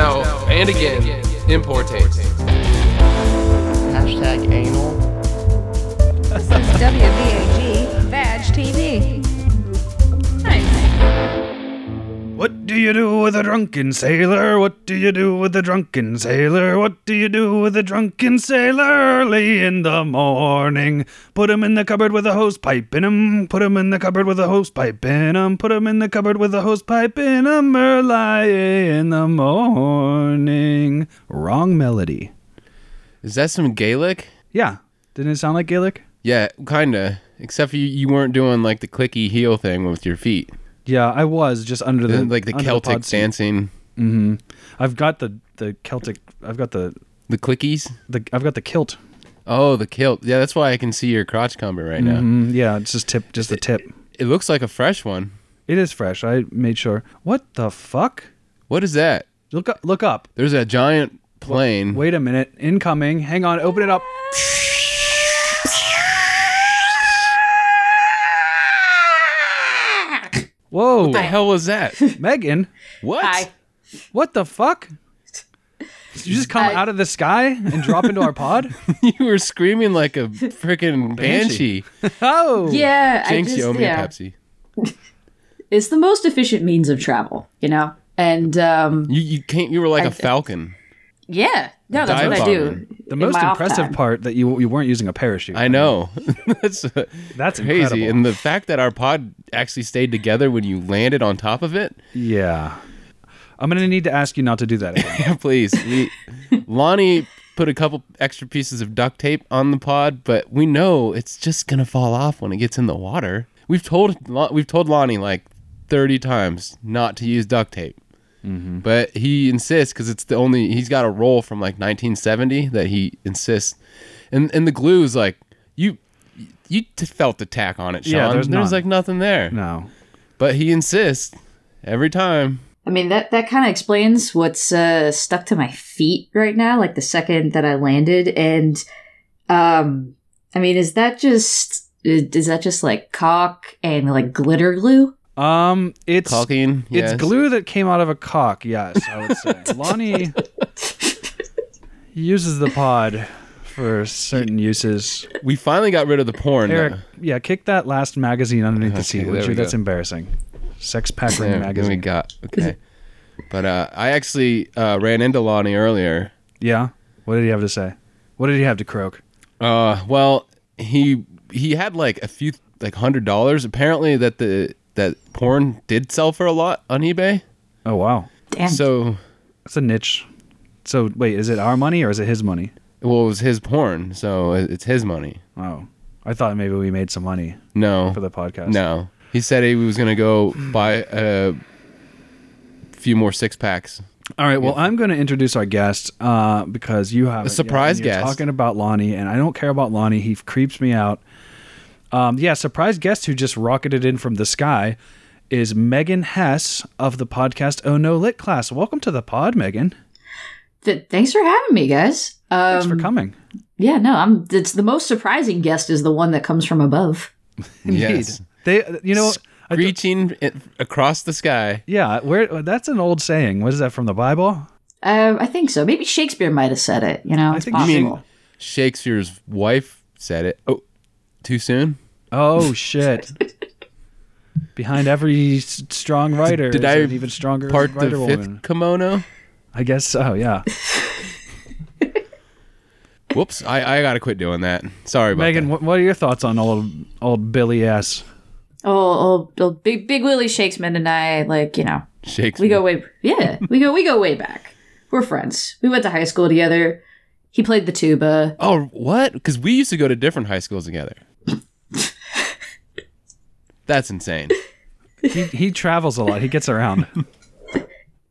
And again, importates. Hashtag anal. This is WVAG Vag TV. Nice. What do you do with a drunken sailor? What do you do with a drunken sailor? What do you do with a drunken sailor early in the morning? Put him in the cupboard with a hose pipe in him. Put him in the cupboard with a hose pipe in him. Put him in the cupboard with a hose pipe in him early in the morning. Wrong melody. Is that some Gaelic? Yeah. Didn't it sound like Gaelic? Yeah, kinda. Except for you, you weren't doing like the clicky heel thing with your feet, Yeah, I was just under the like the under Celtic pod seat. dancing, I've got the the Celtic. I've got the the clickies. the I've got the kilt. Oh, the kilt. Yeah, that's why I can see your crotch comber right now. Mm-hmm. Mm, yeah, it's just tip, just the tip. It looks like a fresh one. It is fresh. I made sure. What the fuck? What is that? Look up. Look up. There's a giant plane. Wait a minute. Incoming. Hang on. Open it up. Whoa, What the hell was that? Megan! What? Hi. What the fuck? Did you just come I- out of the sky and drop into our pod? you were screaming like a freaking banshee. Oh, Yeah, Jinx, I you just, owe me yeah. a Pepsi. It's the most efficient means of travel, you know? And um, You you can't. You were like a I- falcon. yeah, no, that's Dive what I do. bomber. The in most my off impressive time. part that you you weren't using a parachute. I know. that's That's crazy. incredible. And the fact that our pod actually stayed together when you landed on top of it. yeah, I'm gonna need to ask you not to do that. Again. Yeah, please. We, Lonnie put a couple extra pieces of duct tape on the pod, but we know it's just gonna fall off when it gets in the water. We've told Lon- we've told Lonnie like thirty times not to use duct tape, Mm-hmm. but he insists because it's the only he's got a roll from like 1970 that he insists, and and the glue is like you you t- felt the tack on it, Sean. Yeah, there's none. like nothing there, no, but he insists every time. I mean, that, that kind of explains what's uh, stuck to my feet right now, like the second that I landed. And um, I mean, is that just. Is that just like cock and like glitter glue? um, it's Caulking, It's yes. glue that came out of a cock, yes, I would say. Lonnie uses the pod for certain uses. We finally got rid of the porn. Eric, though. yeah, kick that last magazine underneath the seat, there would you? we go. That's embarrassing. Sex Pack Ring Yeah, then we magazine. got okay. But uh, I actually uh, ran into Lonnie earlier. Yeah? What did he have to say? What did he have to croak? Uh, well, he he had like a few like hundred dollars apparently that the that porn did sell for a lot on eBay. Oh, wow. Damn. So That's a niche. So, wait, is it our money or is it his money? well, it was his porn, so it- it's his money. Oh. I thought maybe we made some money No, for the podcast. no. He said he was gonna go buy a few more six packs. All right. Well, I'm going to introduce our guest uh, because you have A surprise guest. talking about Lonnie, and I don't care about Lonnie. He creeps me out. Um, yeah, surprise guest who just rocketed in from the sky is Megan Hess of the podcast Oh No Lit Class. Welcome to the pod, Megan. Th- thanks for having me, guys. Um, Thanks for coming. yeah, no, I'm. It's the most surprising guest is the one that comes from above. Yes, They, you know, I don't- reaching across the sky. yeah. Where that's an old saying. What is that from the Bible? Um, I think so. Maybe Shakespeare might have said it. You know, it's think you possible. mean- Shakespeare's wife said it. Oh, too soon. Oh shit. Behind every s- strong writer, Did is I an even stronger part the writer fifth woman. kimono? I guess so. Yeah. Whoops! I, I gotta quit doing that. Sorry about Megan, that. what, what are your thoughts on old old Billy S? Oh, oh, oh, big, big Willie Shakespeare and I, like you know, Shakespeare. we go way, yeah, we go, we go way back. We're friends. We went to high school together. He played the tuba. Oh, what? Because we used to go to different high schools together. That's insane. He he travels a lot. He gets around.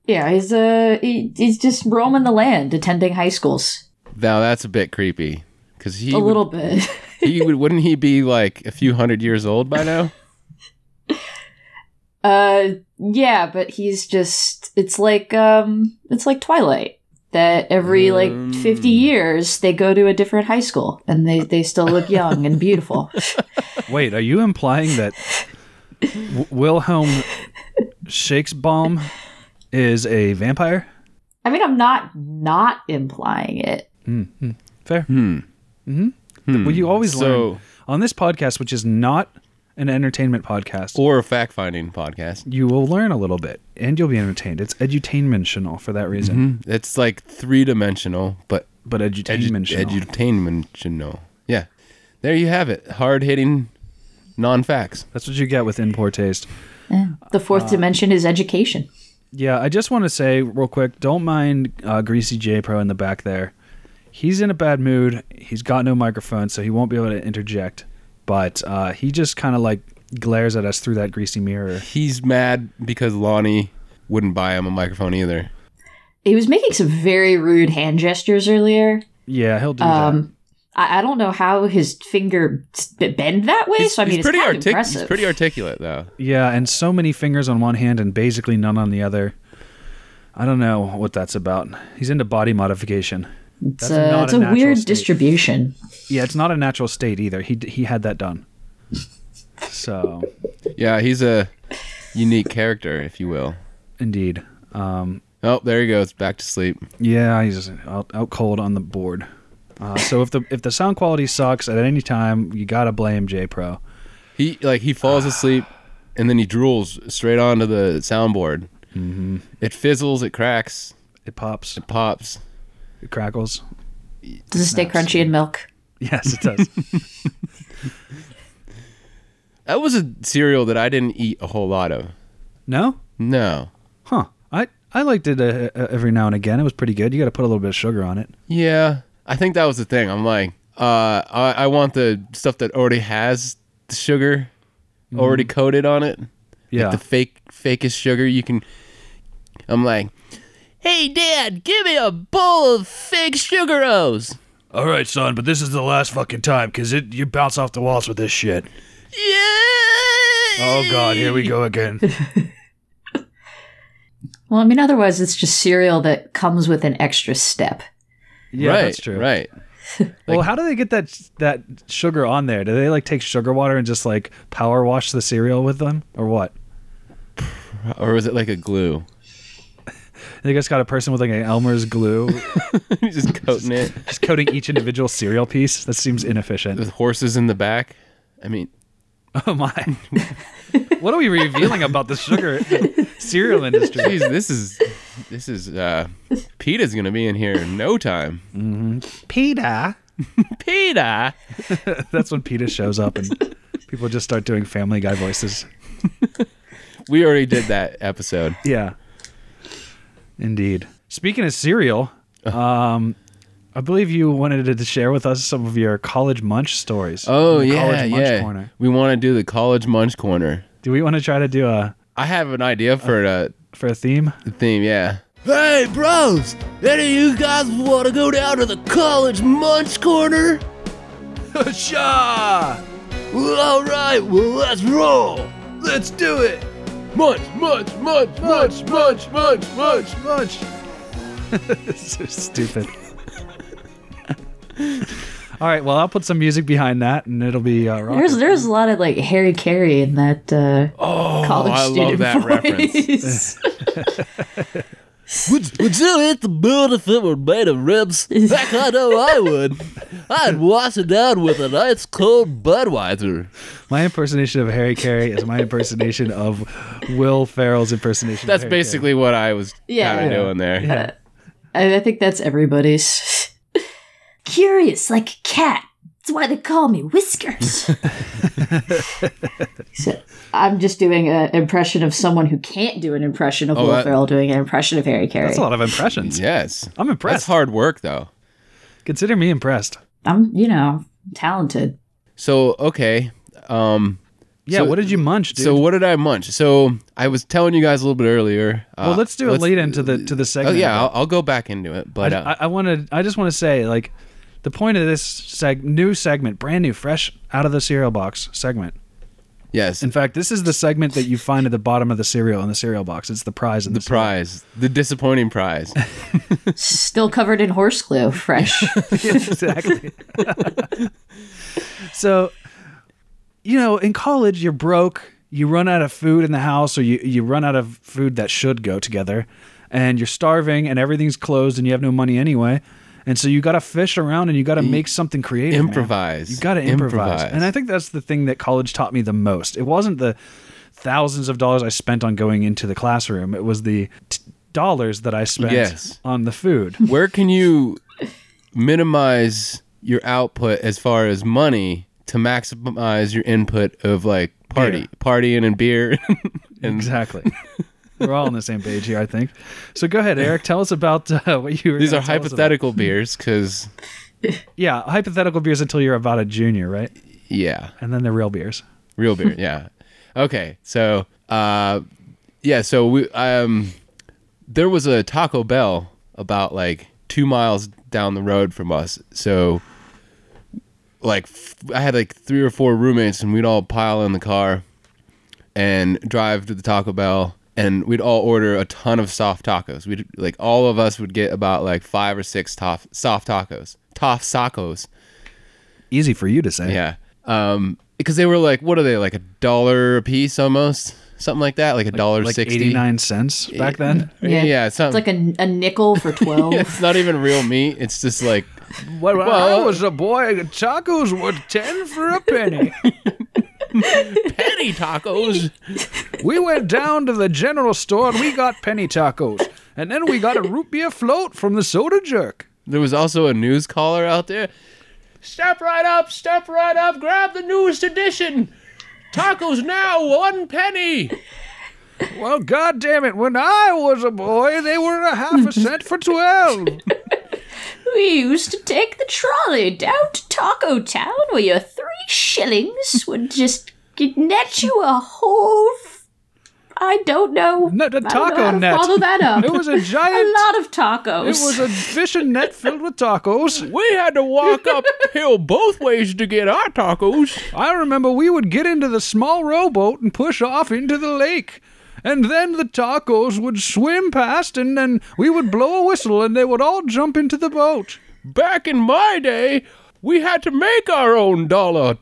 Yeah, he's uh, he, he's just roaming the land, attending high schools. Now that's a bit creepy. Because he A would- little bit. he would wouldn't he be like a few hundred years old by now? Uh, yeah, but he's just it's like um it's like Twilight that every like 50 years they go to a different high school and they they still look young and beautiful. Wait, are you implying that w- Wilhelm Shakespeare is a vampire? I mean, I'm not not implying it. Fair. Hmm. Hmm. Well, you always So- learn on this podcast, which is not an entertainment podcast. or a fact finding podcast. you will learn a little bit, and you'll be entertained. It's edutainmentional for that reason, It's like three dimensional, but but edutainmentional. edutainmental. edutainmentional. Yeah, there you have it. Hard hitting, non facts. That's what you get with in poor taste. The fourth Um, dimension is education. Yeah, I just want to say real quick, don't mind uh, Greasy J Pro in the back there. He's in a bad mood. He's got no microphone, so he won't be able to interject. But uh, he just kind of like glares at us through that greasy mirror. He's mad because Lonnie wouldn't buy him a microphone either. He was making some very rude hand gestures earlier. Yeah, he'll do Um, that. I, I don't know how his finger s- bend that way. so I mean, it's pretty kind of artic- impressive. He's pretty articulate though. Yeah, and so many fingers on one hand and basically none on the other. I don't know what that's about. He's into body modification. it's that's a, not it's a a natural weird state. distribution. Yeah, it's not a natural state either. He he had that done. So, Yeah, he's a unique character, if you will. indeed. Um, Oh, there he goes, back to sleep. Yeah, he's out, out cold on the board. Uh, so if the if the sound quality sucks at any time, you gotta blame J Pro. He like he falls asleep, and then he drools straight onto the soundboard. Mm-hmm. It fizzles, it cracks, It pops, it pops. it crackles. Does it stay crunchy in milk? Yes, it does. That was a cereal that I didn't eat a whole lot of. no, No. huh? I I liked it uh, uh, every now and again. It was pretty good. You gotta put a little bit of sugar on it. Yeah, I think that was the thing. I'm like, uh, I, I want the stuff that already has the sugar already coated on it. Mm-hmm. Yeah, Like the fake fakest sugar you can. I'm like, hey dad, give me a bowl of fake sugar O's. All right, son, but this is the last fucking time because it you bounce off the walls with this shit. Yeah. Oh God, here we go again. Well, I mean, otherwise it's just cereal that comes with an extra step. yeah, right, that's true. Right. well, how do they get that that sugar on there? Do they like take sugar water and just like power wash the cereal with them, or what? Or was it like a glue? They just got a person with like an Elmer's glue Just coating it just coating each individual cereal piece. That seems inefficient. with horses in the back. I mean, Oh my. what are we revealing about the sugar cereal industry? geez, this is this is uh PETA's gonna be in here in no time. PETA. PETA. That's when PETA shows up and people just start doing family guy voices. We already did that episode. Yeah. Indeed. Speaking of cereal, um, Uh-huh. I believe you wanted to share with us some of your college munch stories. Oh The yeah, college munch yeah. corner. We want to do the college munch corner. Do we want to try to do a I have an idea for a for a theme? theme. Yeah. Hey bros, any of you guys want to go down to the college munch corner? Sha! All right, well let's roll. Let's do it. Munch, munch, munch, munch, munch, munch, munch. much. so stupid. All right, well, I'll put some music behind that, and it'll be uh, rock. There's there's a lot of like Harry Carey in that uh, Oh, college I love student that reference. voice. Would, would you eat the boot if it were made of ribs? Heck, I know I would. I'd wash it down with an ice cold Budweiser. My impersonation of Harry Carey is my impersonation of Will Ferrell's impersonation. of That's Harry Carey. basically what I was Yeah. kind of Yeah. doing there. I, I think that's everybody's. Curious like a cat. That's why they call me Whiskers. so, I'm just doing an impression of someone who can't do an impression of Oh, Will that- Ferrell doing an impression of Harry Carey. That's a lot of impressions. Yes. I'm That's impressed. hard work, though. Consider me impressed. I'm, you know, talented. So, okay. Um, Yeah. So- what did you munch, dude? so, what did I munch? So, I was telling you guys a little bit earlier. Uh, well, let's do a lead into the to the Oh, segment. yeah, I'll, I'll go back into it. But uh, I, I want to. I just want to say, like, the point of this seg- new segment, brand new, fresh out of the cereal box segment, yes, In fact, this is the segment that you find at the bottom of the cereal in the cereal box. It's the prize in the, the prize, the disappointing prize. Still covered in horse glue, fresh. prize. exactly. so, you know, in college, you're broke. You run out of food in the house, or you, you run out of food that should go together. and you're starving and everything's closed and you have no money anyway. And so you got to fish around and you got to make something creative. man. improvise. You got to improvise. Improvise. And I think that's the thing that college taught me the most. It wasn't the thousands of dollars I spent on going into the classroom, it was the t- dollars that I spent Yes. on the food. Where can you minimize your output as far as money to maximize your input of like party, Beer. partying and beer? and exactly. We're all on the same page here, I think. So go ahead, Eric. Tell us about uh, what you were. gonna tell these are us about. hypothetical beers because, Yeah, hypothetical beers until you're about a junior, right? yeah. And then they're real beers. real beer yeah okay so uh yeah so we um there was a taco bell about like two miles down the road from us so like f- i had like three or four roommates and we'd all pile in the car and drive to the taco bell and we'd all order a ton of soft tacos we'd like all of us would get about like five or six tof- soft tacos toff sacos Easy for you to say. yeah. Um, because they were like, what are they like a dollar a piece almost, something like that, like a dollar like sixty. eighty-nine cents back then. Yeah, yeah, It's like a, a nickel for 12. It's not even real meat. It's just like Well, when Well- I was a boy, tacos were ten for a penny. penny tacos. We went down to the general store and we got penny tacos, and then we got a root beer float from the soda jerk. there was also a news caller out there. Step right up, step right up, grab the newest edition. Tacos now, one penny. Well, God damn it! When I was a boy, they were a half a cent for twelve. we used to take the trolley down to Taco Town where your three shillings would just net you a whole. F- I don't know. Net- a I don't know taco how to net. Follow that up. It was a a giant. lot of tacos. It was a fishing net filled with tacos. We had to walk uphill both ways to get our tacos. I remember we would get into the small rowboat and push off into the lake. And then the tacos would swim past, and then we would blow a whistle, and they would all jump into the boat. back in my day, we had to make our own dollar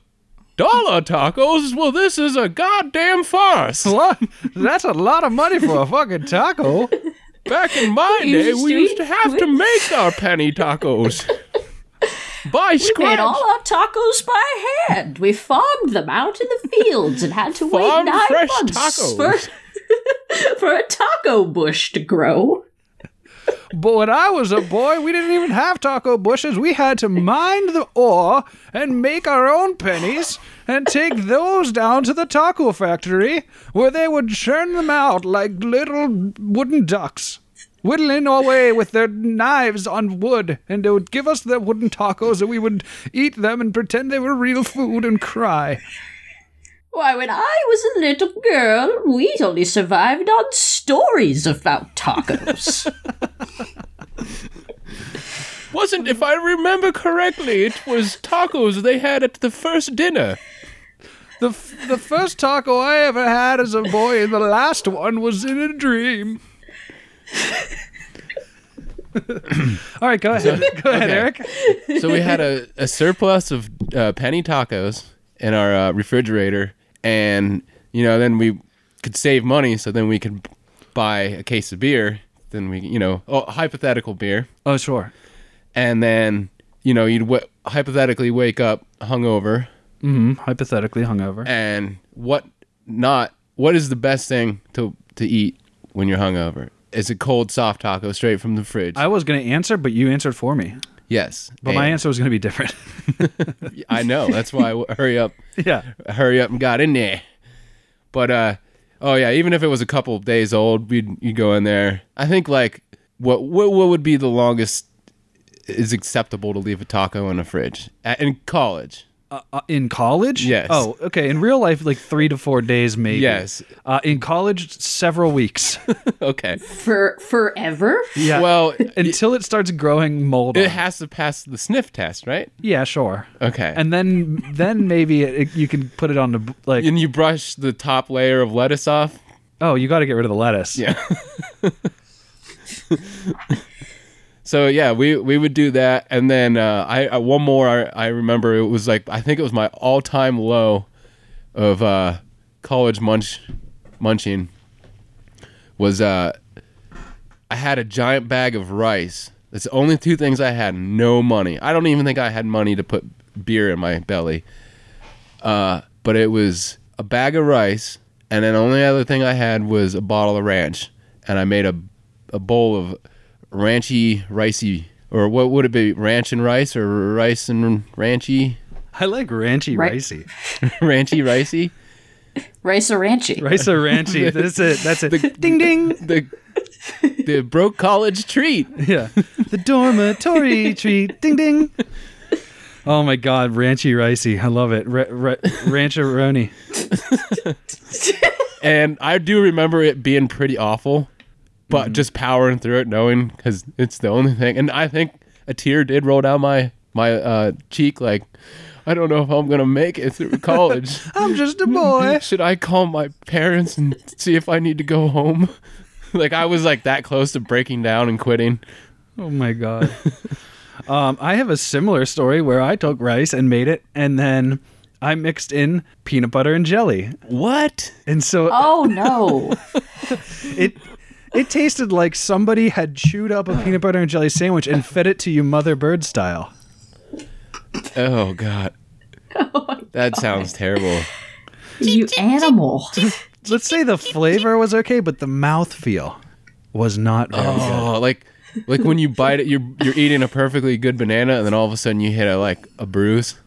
dollar tacos. Well, this is a goddamn farce. What? That's a lot of money for a fucking taco. Back in my You day, just we do used to it. have to make our penny tacos. By made scratch, all our tacos by hand. We farmed them out in the fields and had to wait Farmed nine fresh months tacos. For, for a taco bush to grow. But when I was a boy, we didn't even have taco bushes. We had to mine the ore and make our own pennies and take those down to the taco factory where they would churn them out like little wooden ducks, whittling away with their knives on wood. And they would give us their wooden tacos and we would eat them and pretend they were real food and cry. Why, when I was a little girl, we only survived on stories about tacos. wasn't, if I remember correctly, it was tacos they had at the first dinner. The, f- the first taco I ever had as a boy, and the last one was in a dream. All right, go ahead. Go ahead, Okay. Eric. So we had a, a surplus of uh, penny tacos in our uh, refrigerator, and you know, then we could save money, so then we could buy a case of beer. Then we, you know, oh, hypothetical beer, Oh, sure. and then you know, you'd w- hypothetically wake up hungover, Mm-hmm. Hypothetically hungover. and what not? What is the best thing to to eat when you're hungover? Is a cold soft taco straight from the fridge? I was going to answer, but you answered for me. yes, But my and answer was going to be different. I know that's why I w- hurry up. yeah. hurry up and got in there. But uh oh yeah, even if it was a couple of days old, we'd you go in there. I think like what what what would be the longest is acceptable to leave a taco in a fridge A- in college. Uh, uh, in college? Yes. Oh, okay. In real life, like three to four days, maybe. Yes. Uh, in college, several weeks. Okay. for forever? yeah. Well, until it starts growing mold. it on. has to pass the sniff test, right? yeah, sure. Okay. And and then then maybe it, it- you can put it on the b- like and you brush the top layer of lettuce off. oh you got to get rid of the lettuce Yeah. so yeah, we we would do that, and then uh, I uh, one more I, I remember it was like I think it was my all time low of uh, college munch munching was uh, I had a giant bag of rice. That's the only two things I had. No money. I don't even think I had money to put beer in my belly. Uh, but it was a bag of rice, and then the only other thing I had was a bottle of ranch, and I made a a bowl of ranchy ricey, or what would it be? Ranch and rice, or rice and ranchy, I like ranchy Right. ricey. ranchy ricey. Rice or ranchi. Rice or ranchy. That's it. That's it. The- ding ding. The the broke college treat. Yeah. The dormitory treat. Ding ding. Oh my God, ranchy ricey. I love it. Ra- ra- rancheroni. And I do remember it being pretty awful, but just powering through it, knowing because it's the only thing. And I think a tear did roll down my my uh, cheek, like I don't know if I'm gonna make it through college. I'm just a boy. Should I call my parents and see if I need to go home? like I was like that close to breaking down and quitting. Oh my god. um, I have a similar story where I took rice and made it, and then I mixed in peanut butter and jelly, What? and so Oh no. it it tasted like somebody had chewed up a peanut butter and jelly sandwich and fed it to you, mother bird style. Oh god. That sounds terrible. you animal. Let's say the flavor was okay, but the mouthfeel was not very good. Oh, like like when you bite it, you're you're eating a perfectly good banana, and then all of a sudden you hit a like a bruise.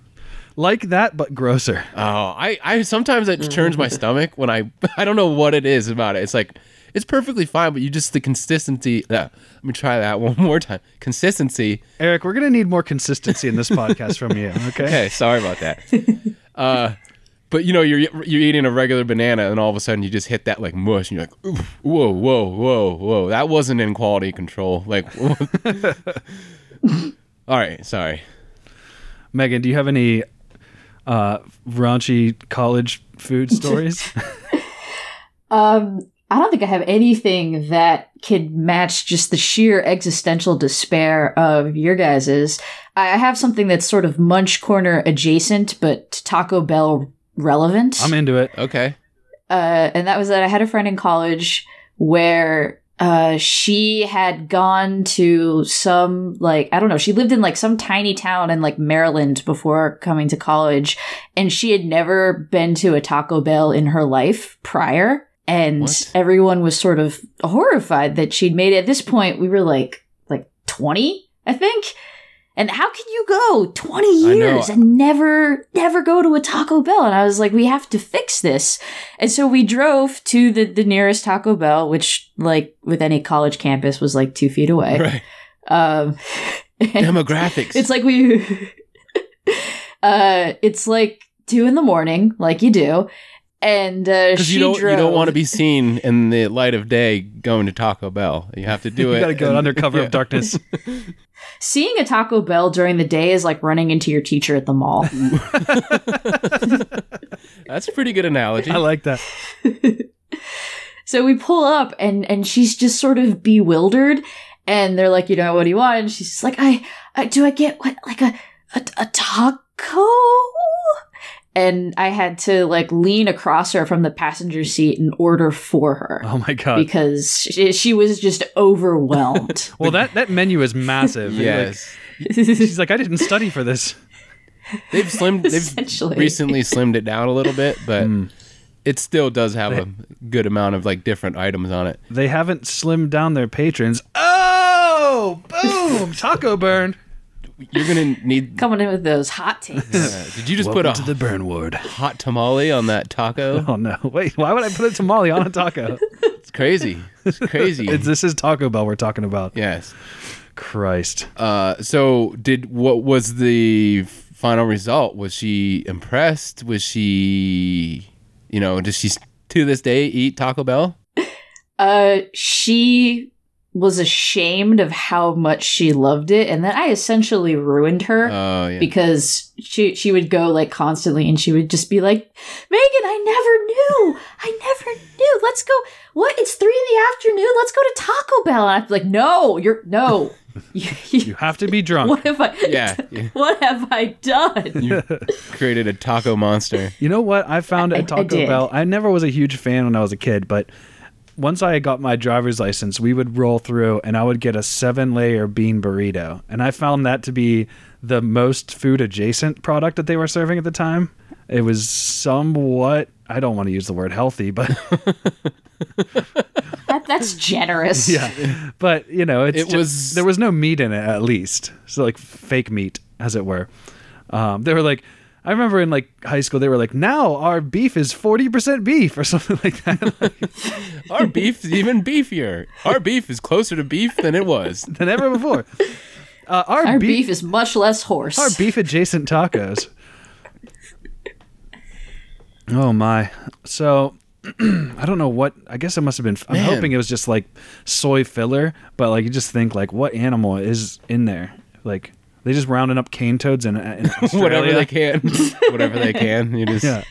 Like that, but grosser. Oh, I, I sometimes it turns my stomach when I I don't know what it is about it. It's like it's perfectly fine, but you just the consistency. Yeah, let me try that one more time. Consistency. Eric, we're gonna need more consistency in this podcast from you. Okay. Okay, sorry about that. Uh, but you know you're you're eating a regular banana, and all of a sudden you just hit that like mush, and you're like, "Oof, whoa, whoa, whoa, whoa. That wasn't in quality control. Like, all right, sorry. Megan, do you have any uh, raunchy college food stories? Um, I don't think I have anything that could match just the sheer existential despair of your guys's. I I have something that's sort of munch corner adjacent, but Taco Bell relevant. I'm into it. Okay. uh, and that was that I had a friend in college where uh, she had gone to some like I don't know. She lived in like some tiny town in like Maryland before coming to college, and she had never been to a Taco Bell in her life prior. And What? everyone was sort of horrified that she'd made it. At this point, we were like like twenty, I think. And how can you go 20 I know. years and never, never go to a Taco Bell? And I was like, we have to fix this. And so we drove to the, the nearest Taco Bell, which, like with any college campus, was like two feet away. Right. Um, Demographics. it's like we, uh, it's like two in the morning, like you do. And uh, because she you don't drove. you don't want to be seen in the light of day going to Taco Bell. You have to do You it. gotta go and- under cover Yeah. of darkness. Seeing a Taco Bell during the day is like running into your teacher at the mall. That's a pretty good analogy. I like that. So we pull up and and she's just sort of bewildered and they're like, you know, what do you want? And she's just like, I, I do I get what like a, a a taco? And I had to like lean across her from the passenger seat and order for her Oh my god. because she, she was just overwhelmed. Well, that that menu is massive. You're like- yes, she's like, I didn't study for this. they've slimmed. Essentially. They've recently slimmed it down a little bit, but Hmm. it still does have a good amount of like different items on it. They haven't slimmed down their patrons. Oh, boom! Taco burn. You're gonna need. Coming in with those hot takes. Uh, did you just put a to the burn ward. hot tamale on that taco? Oh no! Wait, why would I put a tamale on a taco? It's crazy. It's crazy. It's- this is Taco Bell we're talking about. yes. Christ. Uh, so did what was the final result? Was she impressed? Was she, you know, does she to this day eat Taco Bell? Uh, she was ashamed of how much she loved it, and then I essentially ruined her. Oh yeah. because she she would go like constantly and she would just be like megan i never knew i never knew let's go what it's three in the afternoon let's go to taco bell and i'm like no you're no You- You you- have to be drunk. what have i yeah, yeah. what have i done You created a taco monster. You know what I found I- at I Taco did. Bell? I never was a huge fan when I was a kid, but once I got my driver's license, we would roll through and I would get a seven layer bean burrito. And I found that to be the most food adjacent product that they were serving at the time. It was somewhat, I don't want to use the word healthy, but That, that's generous. yeah, but you know, it's It ju- was- there was no meat in it at least, so like fake meat, as it were. Um, they were like, I remember in like high school, they were like, now our beef is forty percent beef or something like that. Our beef is even beefier. Our beef is closer to beef than it was. than ever before. Uh, our, Our beef, beef, is much less horse. our beef adjacent tacos. oh my! So I don't know what. I guess it must have been. I'm Man. hoping it was just like soy filler, but like you just think like what animal is in there? Like they just rounding up cane toads in, in Australia. Whatever they can, whatever they can. You just Yeah.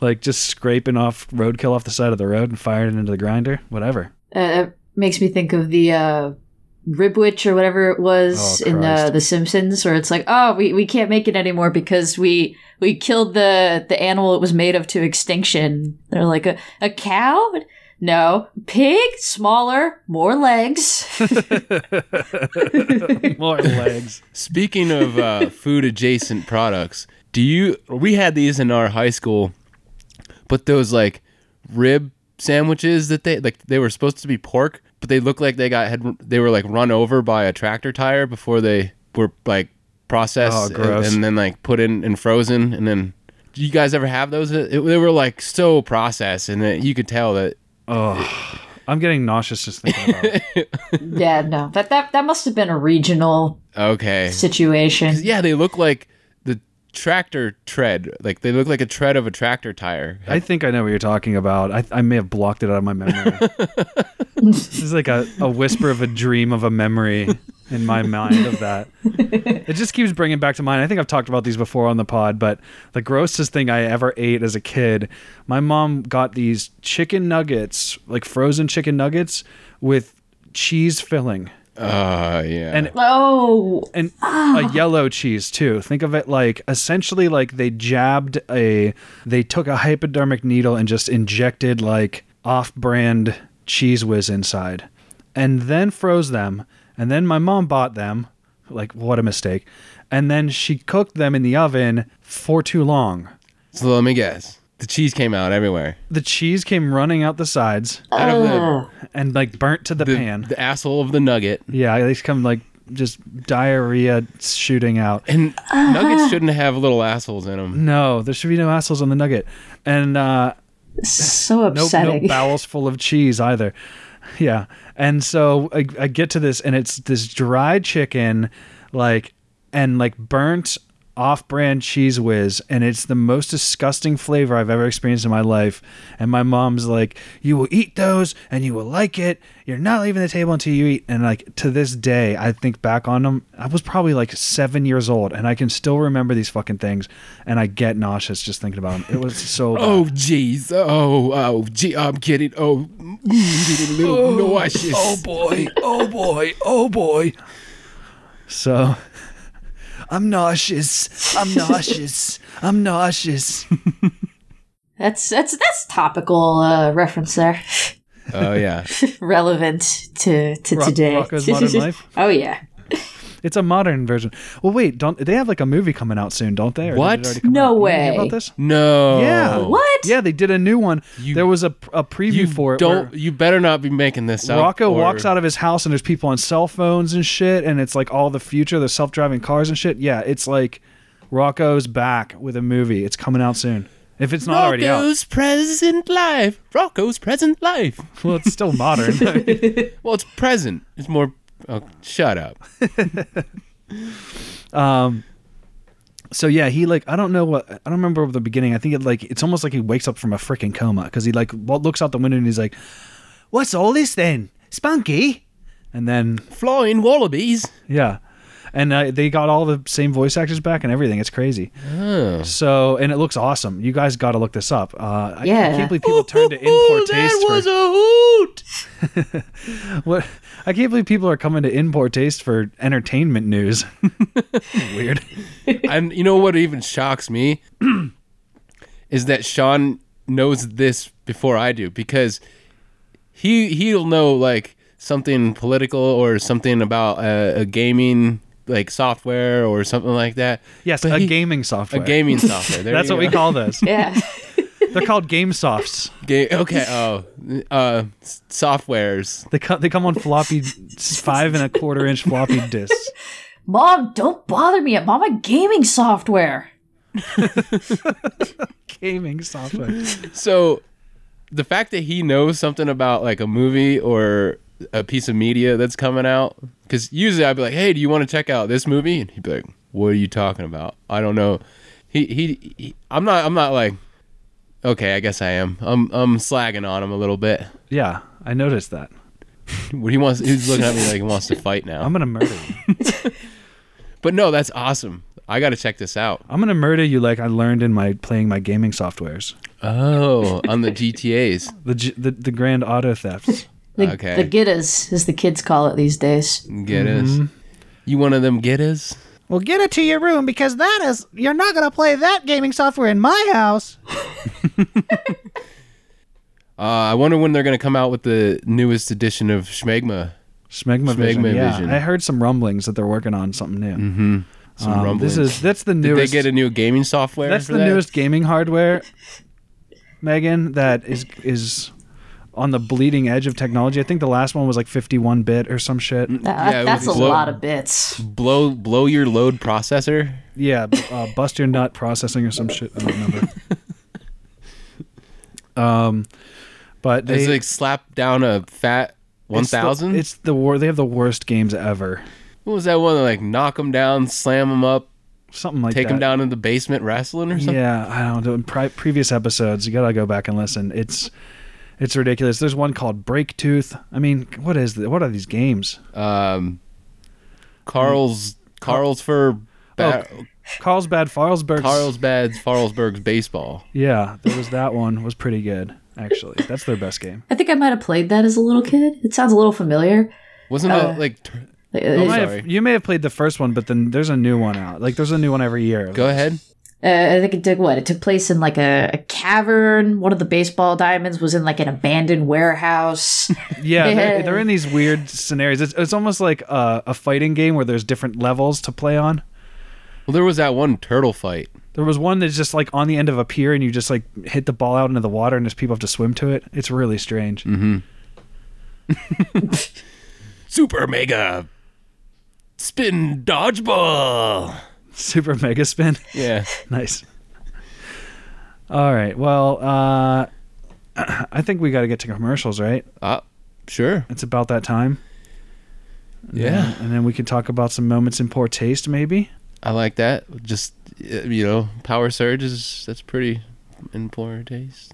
Like just scraping off roadkill off the side of the road and firing it into the grinder, whatever. uh, it makes me think of the uh, rib witch or whatever it was Oh, in uh, Christ. the Simpsons, where it's like, oh, we, we can't make it anymore because we we killed the the animal it was made of to extinction. They're like a a cow. No, pig, smaller, more legs. More legs. Speaking of uh, food adjacent products, do you? We had these in our high school, but those like rib sandwiches that they like they were supposed to be pork, but they looked like they got had they were like run over by a tractor tire before they were like Oh, processed and, gross. and then like put in and frozen and then. Do you guys ever have those? It, they were like so processed, and that you could tell that Oh, I'm getting nauseous just thinking about it. yeah, no, that that that must have been a regional okay, situation. yeah, they look like the tractor tread, like they look like a tread of a tractor tire. I think I know what you're talking about. I, I may have blocked it out of my memory. this is like a, a whisper of a dream of a memory in my mind of that. It just keeps bringing back to mind. I think I've talked about these before on the pod, but the grossest thing I ever ate as a kid, my mom got these chicken nuggets, like frozen chicken nuggets with cheese filling Oh yeah. And- Oh, and a yellow cheese too. Think of it like essentially like they jabbed a they took a hypodermic needle and just injected like off-brand cheese whiz inside and then froze them and then my mom bought them like what a mistake and then she cooked them in the oven for too long. so let me guess. The cheese came out everywhere. The cheese came running out the sides Out of and like burnt to the, the, the, pan. the asshole of the nugget. yeah, they come like just diarrhea shooting out. And nuggets shouldn't have little assholes in them. No, there should be no assholes on the nugget. And uh so no, no upsetting. bowels full of cheese either. Yeah. And so I, I get to this, and it's this dry chicken, like, and like burnt off brand cheese whiz. And it's the most disgusting flavor I've ever experienced in my life. And my mom's like, You will eat those and you will like it. You're not leaving the table until you eat. And like to this day, I think back on them. I was probably like seven years old, and I can still remember these fucking things. And I get nauseous just thinking about them. It was so bad. Oh jeez. Oh oh gee. I'm kidding. Oh, mm, getting a little nauseous. boy. Oh boy. Oh boy. So I'm nauseous. I'm nauseous. I'm nauseous. That's that's that's topical uh, reference there, Oh yeah. relevant to to Rock- today. Rocco's Modern Life? Oh yeah. It's a modern version. Well, wait, don't they have like a movie coming out soon, don't they? Or did it What? Oh. already come No out? You way. didn't hear about this? No. Yeah. What? Yeah, they did a new one. You- there was a, a preview You for it. don't. where You better not be making this up. Rocco or- walks out of his house and there's people on cell phones and shit, and it's like all the future, the self driving cars and shit. Yeah, it's like Rocco's back with a movie. It's coming out soon. If it's not already out. Rocco's present life. Rocco's present life. Well, it's still modern. Well, it's present. It's more. Oh, shut up. so yeah, he like I don't know what I don't remember the beginning. I think it like it's almost like he wakes up from a freaking coma because he like wa- looks out the window and he's like, "What's all this then, Spunky?" And then Flying wallabies. yeah, and uh, they got all the same voice actors back and everything. It's crazy. Oh. So and it looks awesome. You guys got to look this up. Uh, I- I, Yeah. can't believe people turned to import taste. Oh, that for- was a hoot. What I can't believe people are coming to import taste for entertainment news. Weird. and you know what even shocks me is that Sean knows this before I do because he he'll know like something political or something about a, a gaming like software or something like that. Yes, But a he- gaming a software. gaming software. There That's you what we go. call those. Yeah. They're called game softs. Ga- okay. Oh, uh, s- softwares. They come, they come on floppy five and a quarter inch floppy discs. Mom, don't bother me. I'm on my gaming software. Gaming software. So the fact that he knows something about like a movie or a piece of media that's coming out, because usually I'd be like, "Hey, do you want to check out this movie?" And he'd be like, "What are you talking about? I don't know." He he, he I'm not I'm not like. Okay, I guess I am. I'm I'm slagging on him a little bit. Yeah, I noticed that. What he wants, he's looking at me like he wants to fight now. I'm gonna murder you. But no, that's awesome. I got to check this out. I'm gonna murder you like I learned in my playing my gaming softwares. Oh, on the GTA's. The g- the, the grand auto thefts. The, Okay. the Gittas, as the kids call it these days. Get us. You one of them get us? Well, get it to your room because that is. You're not going to play that gaming software in my house. Uh, I wonder when they're going to come out with the newest edition of Schmegma. Smegma vision. Smegma Yeah, vision. I heard some rumblings that they're working on something new. Some Um, rumblings. this is that's the Did they newest. get a new gaming software? that's for the that? newest gaming hardware, Megan. That is is on the bleeding edge of technology. I think the last one was like 51 bit or some shit. That- Yeah, it that's a would be- lot of bits. blow blow your load processor. Yeah, b- uh, bust your nut processing or some shit. I don't remember. um, but they It's like slap down a fat one it's the- thousand. It's the war. They have the worst games ever. What was that one? Like knock them down, slam them up, Something like take that. them down in the basement wrestling or something. Yeah, I don't know. In pri- previous episodes, you gotta go back and listen. It's it's ridiculous. There's one called Breaktooth. I mean, what is the, what are these games? Um, Mm. Carl's Carl's for ba- Oh, Carlsbad, Farlsberg. Carlsbad's Farlsberg's baseball. Yeah, there was that one. Was pretty good actually. That's their best game. I think I might have played that as a little kid. It sounds a little familiar. Wasn't that like? tur- Uh, Like, Oh, You uh, might have- sorry. you may have played the first one, but then there's a new one out. Like there's a new one every year. Go ahead. uh, I think it took what? It took place in like a, a cavern. One of the baseball diamonds was in like an abandoned warehouse. Yeah, they're, Yeah. they're in these weird scenarios. It's, it's almost like a, a fighting game where there's different levels to play on. Well, there was that one turtle fight. There was one that's just like on the end of a pier, and you just like hit the ball out into the water, and just people have to swim to it. It's really strange. Mm-hmm. Super Mega Spin Dodgeball. Super mega spin, Yeah. nice. All right, well, uh, I think we got to get to commercials, right? Uh, sure. It's about that time, Yeah. and then we can talk about some moments in poor taste, maybe. I like that. Just, uh, you know, Power Surge is, that's pretty in poor taste.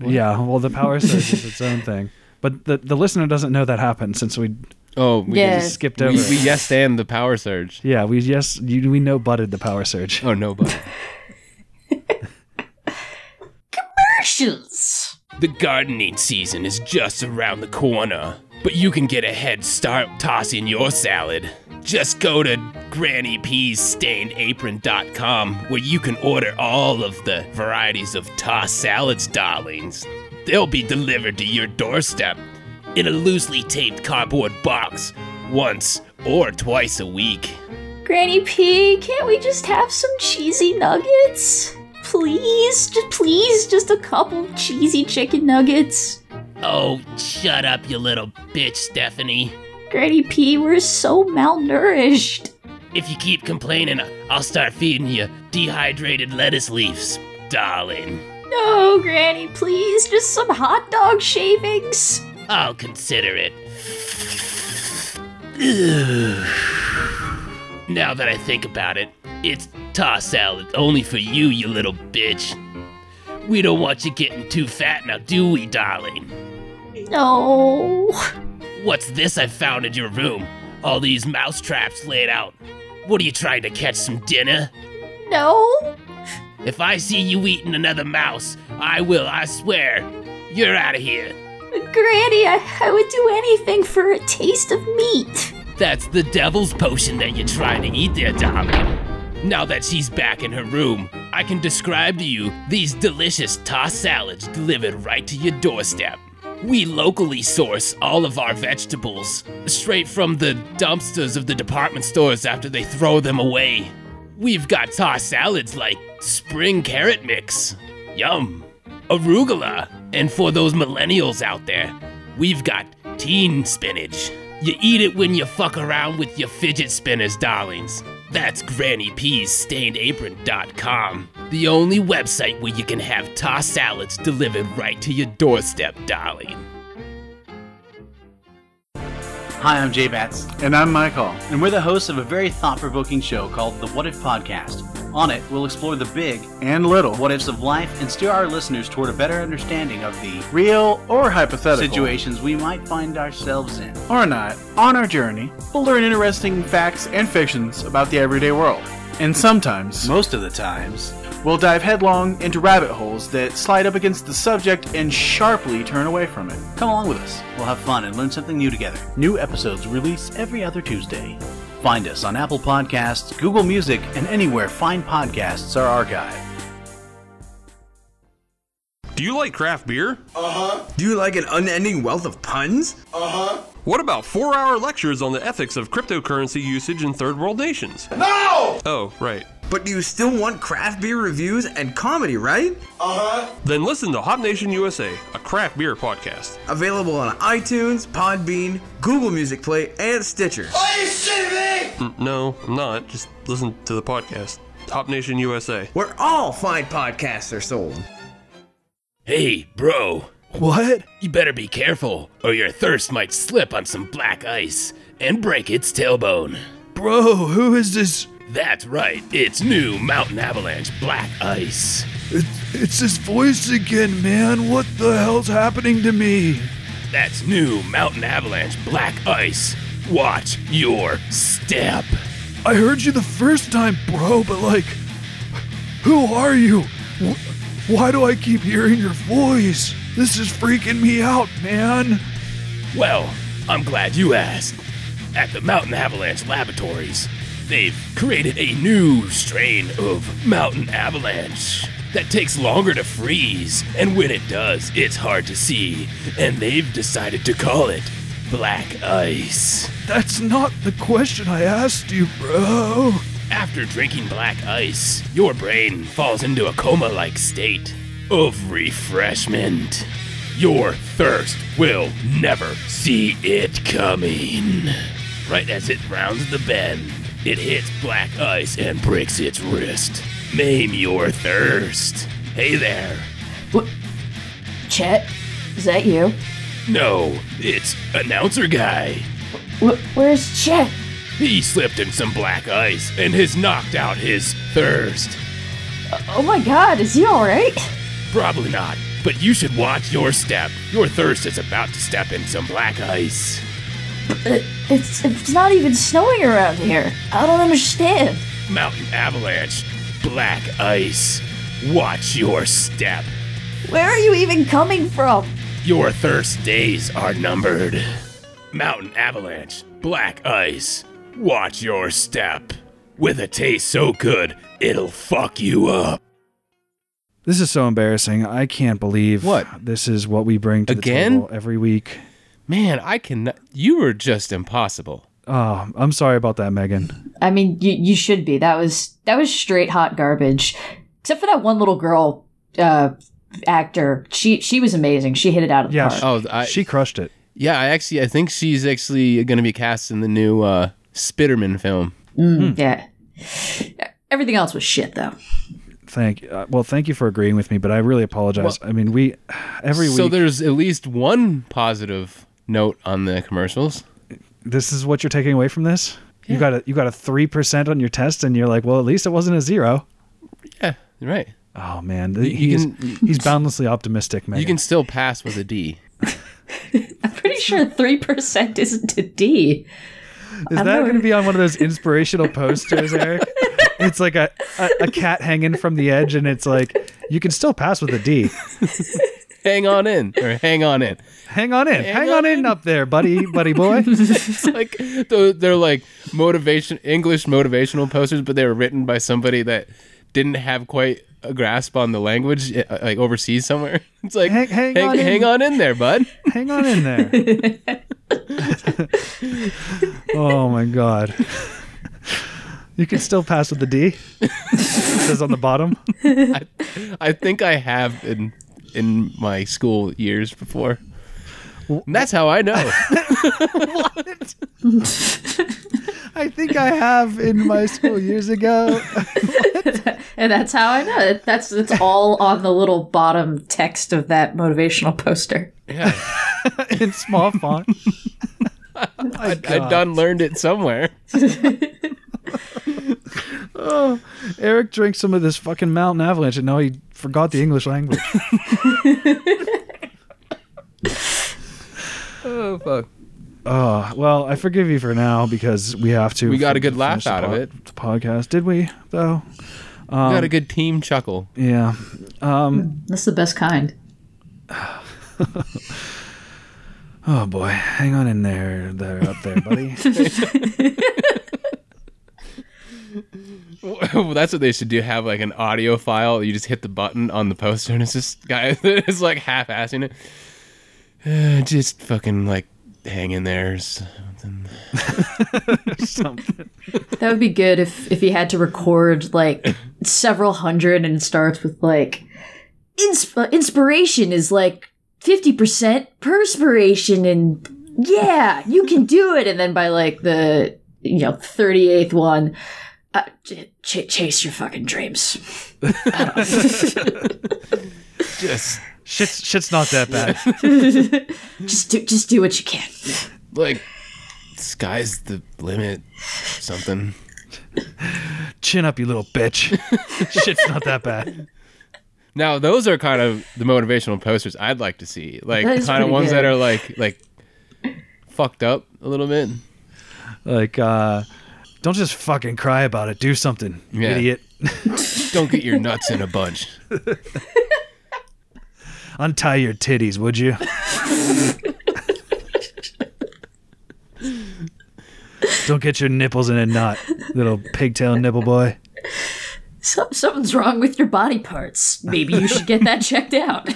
Yeah, well, the power surge is its own thing, but the the listener doesn't know that happened since we Oh, we Yeah. just skipped we, over. it. we yes and the Power Surge. yeah, we yes, you, we know butted the power surge. Oh, no, but. Shoots. The gardening season is just around the corner, but you can get a head start tossing your salad. Just go to grannypeasstainedapron.com where you can order all of the varieties of tossed salads, darlings. They'll be delivered to your doorstep in a loosely taped cardboard box once or twice a week. Granny P, can't we just have some cheesy nuggets? Please, just please, just a couple cheesy chicken nuggets. Oh, shut up, you little bitch, Stephanie. Granny P, we're so malnourished. If you keep complaining, I'll start feeding you dehydrated lettuce leaves, darling. No, Granny, please, just some hot dog shavings. I'll consider it. now that I think about it, it's toss salad only for you, you little bitch. We don't want you getting too fat now, do we, darling? No. What's this I found in your room? All these mouse traps laid out. What are you trying to catch some dinner? No. If I see you eating another mouse, I will, I swear. You're out of here. Granny, I, I would do anything for a taste of meat. That's the devil's potion that you're trying to eat there, darling. Now that she's back in her room, I can describe to you these delicious tossed salads delivered right to your doorstep. We locally source all of our vegetables straight from the dumpsters of the department stores after they throw them away. We've got tossed salads like spring carrot mix. Yum. Arugula. And for those millennials out there, we've got teen spinach. You eat it when you fuck around with your fidget spinners, darlings. That's Granny P's stainedapron.com, the only website where you can have tossed salads delivered right to your doorstep, darling. Hi, I'm Jay Batts, And I'm Michael. and we're the hosts of a very thought provoking show called The What If Podcast. On it, we'll explore the big And little. what ifs of life and steer our listeners toward a better understanding of the Real or hypothetical. situations we might find ourselves in. Or not. On our journey, we'll learn interesting facts and fictions about the everyday world. And sometimes, Most of the times, we'll dive headlong into rabbit holes that slide up against the subject and sharply turn away from it. come along with us. We'll have fun and learn something new together. New episodes release every other Tuesday. Find us on Apple Podcasts, Google Music, and anywhere fine podcasts are archived. Do you like craft beer? Do you like an unending wealth of puns? What about four hour lectures on the ethics of cryptocurrency usage in third world nations? No! Oh, right. But do you still want craft beer reviews and comedy, right? Then listen to Hop Nation USA, a craft beer podcast. Available on iTunes, Podbean, Google Music Play, and Stitcher. N- Mm, No, I'm not. Just listen to the podcast. Hop Nation USA. Where all fine podcasts are sold. Hey, bro, What? you better be careful, or your thirst might slip on some black ice and break its tailbone. Bro, who is this? That's right, it's new Mountain Avalanche Black Ice. It's, it's his voice again, man. What the hell's happening to me? That's new Mountain Avalanche Black Ice. Watch your step. I heard you the first time, bro, but like, who are you? Wh- Why do I keep hearing your voice? This is freaking me out, man. Well, I'm glad you asked. At the Mountain Avalanche Laboratories, they've created a new strain of Mountain Avalanche that takes longer to freeze, and when it does, it's hard to see, and they've decided to call it Black Ice. That's not the question I asked you, bro. After drinking black ice, your brain falls into a coma like state of refreshment. Your thirst will never see it coming. Right as it rounds the bend, it hits black ice and breaks its wrist. Maim your thirst. Hey there. Chet, is that you? No, it's announcer guy. Wh- where's Chet? He slipped in some black ice and has knocked out his thirst. Oh my god, is he alright? Probably not, but you should watch your step. Your thirst is about to step in some black ice. Uh, It's, it's not even snowing around here. I don't understand. Mountain avalanche, black ice. Watch your step. Where are you even coming from? Your thirst days are numbered. Mountain avalanche, black ice. Watch your step. With a taste so good, it'll fuck you up. This is so embarrassing. I can't believe What? this is what we bring to Again? the table every week. Man, I cannot. You were just impossible. Oh, I'm sorry about that, Megan. I mean, you, you should be. That was that was straight hot garbage. Except for that one little girl uh, actor. She she was amazing. She hit it out of the Yeah, park. Oh, I, she crushed it. yeah. I actually, I think she's actually going to be cast in the new uh, Spitterman film. Mm, Yeah. Everything else was shit though. Thank uh, well, thank you for agreeing with me, but I really apologize. I mean, we every So week there's at least one positive note on the commercials. this is what you're taking away from this. You got a you got a three percent on your test, and you're like, well, at least it wasn't a zero. Yeah, you're right. Oh man, you he's can- he's boundlessly optimistic, man. You can still pass with a D. I'm pretty sure three percent isn't a D. Is that know. going to be on one of those inspirational posters, Eric? It's like a, a a cat hanging from the edge, and it's like you can still pass with a D. Hang on in, or hang on in. Hang on in, hang, on, in up there, buddy, buddy boy. It's like the, they're like motivation English motivational posters, but they were written by somebody that didn't have quite a grasp on the language, uh, like overseas somewhere, it's like hang, hang hang, on in. on in there, bud. Hang on in there. Oh my god. You can still pass with the D. It says on the bottom. I, I think I have in in my school years before. And that's how I know. I think I have in my school years ago. and that's how I know it. That's it's all on the little bottom text of that motivational poster. in small font. I, I done learned it somewhere. Oh, Eric drank some of this fucking Mountain Avalanche and now he forgot the English language. Oh fuck! Oh, well, I forgive you for now because we have to. We got a good laugh finish the out of pod- it. The podcast, did we, though? Um, Got a good team chuckle. Yeah. Um, That's the best kind. oh, boy. Hang on in there, there up there, buddy. Well, that's what they should do. Have like an audio file. You just hit the button on the poster, and it's just guy is like half-assing it. Uh, just fucking like hang in there. or Something. something. That would be good if if you had to record like several hundred and it starts with like insp- inspiration is like 50% perspiration and yeah, you can do it and then by like the you know 38th one uh, ch- ch- chase your fucking dreams. Just shit's shit's not that bad. just do just do what you can. like sky's the limit. Something. Chin up, you little bitch. shit's not that bad. Now those are kind of the motivational posters I'd like to see. Like That is kind of pretty ones good. that are like like fucked up a little bit. Like, uh, don't just fucking cry about it. Do something, you Yeah. idiot. Don't get your nuts in a bunch. Untie your titties, would you? Don't get your nipples in a knot, little pigtail nipple boy. So- something's wrong with your body parts. Maybe you should get that checked out.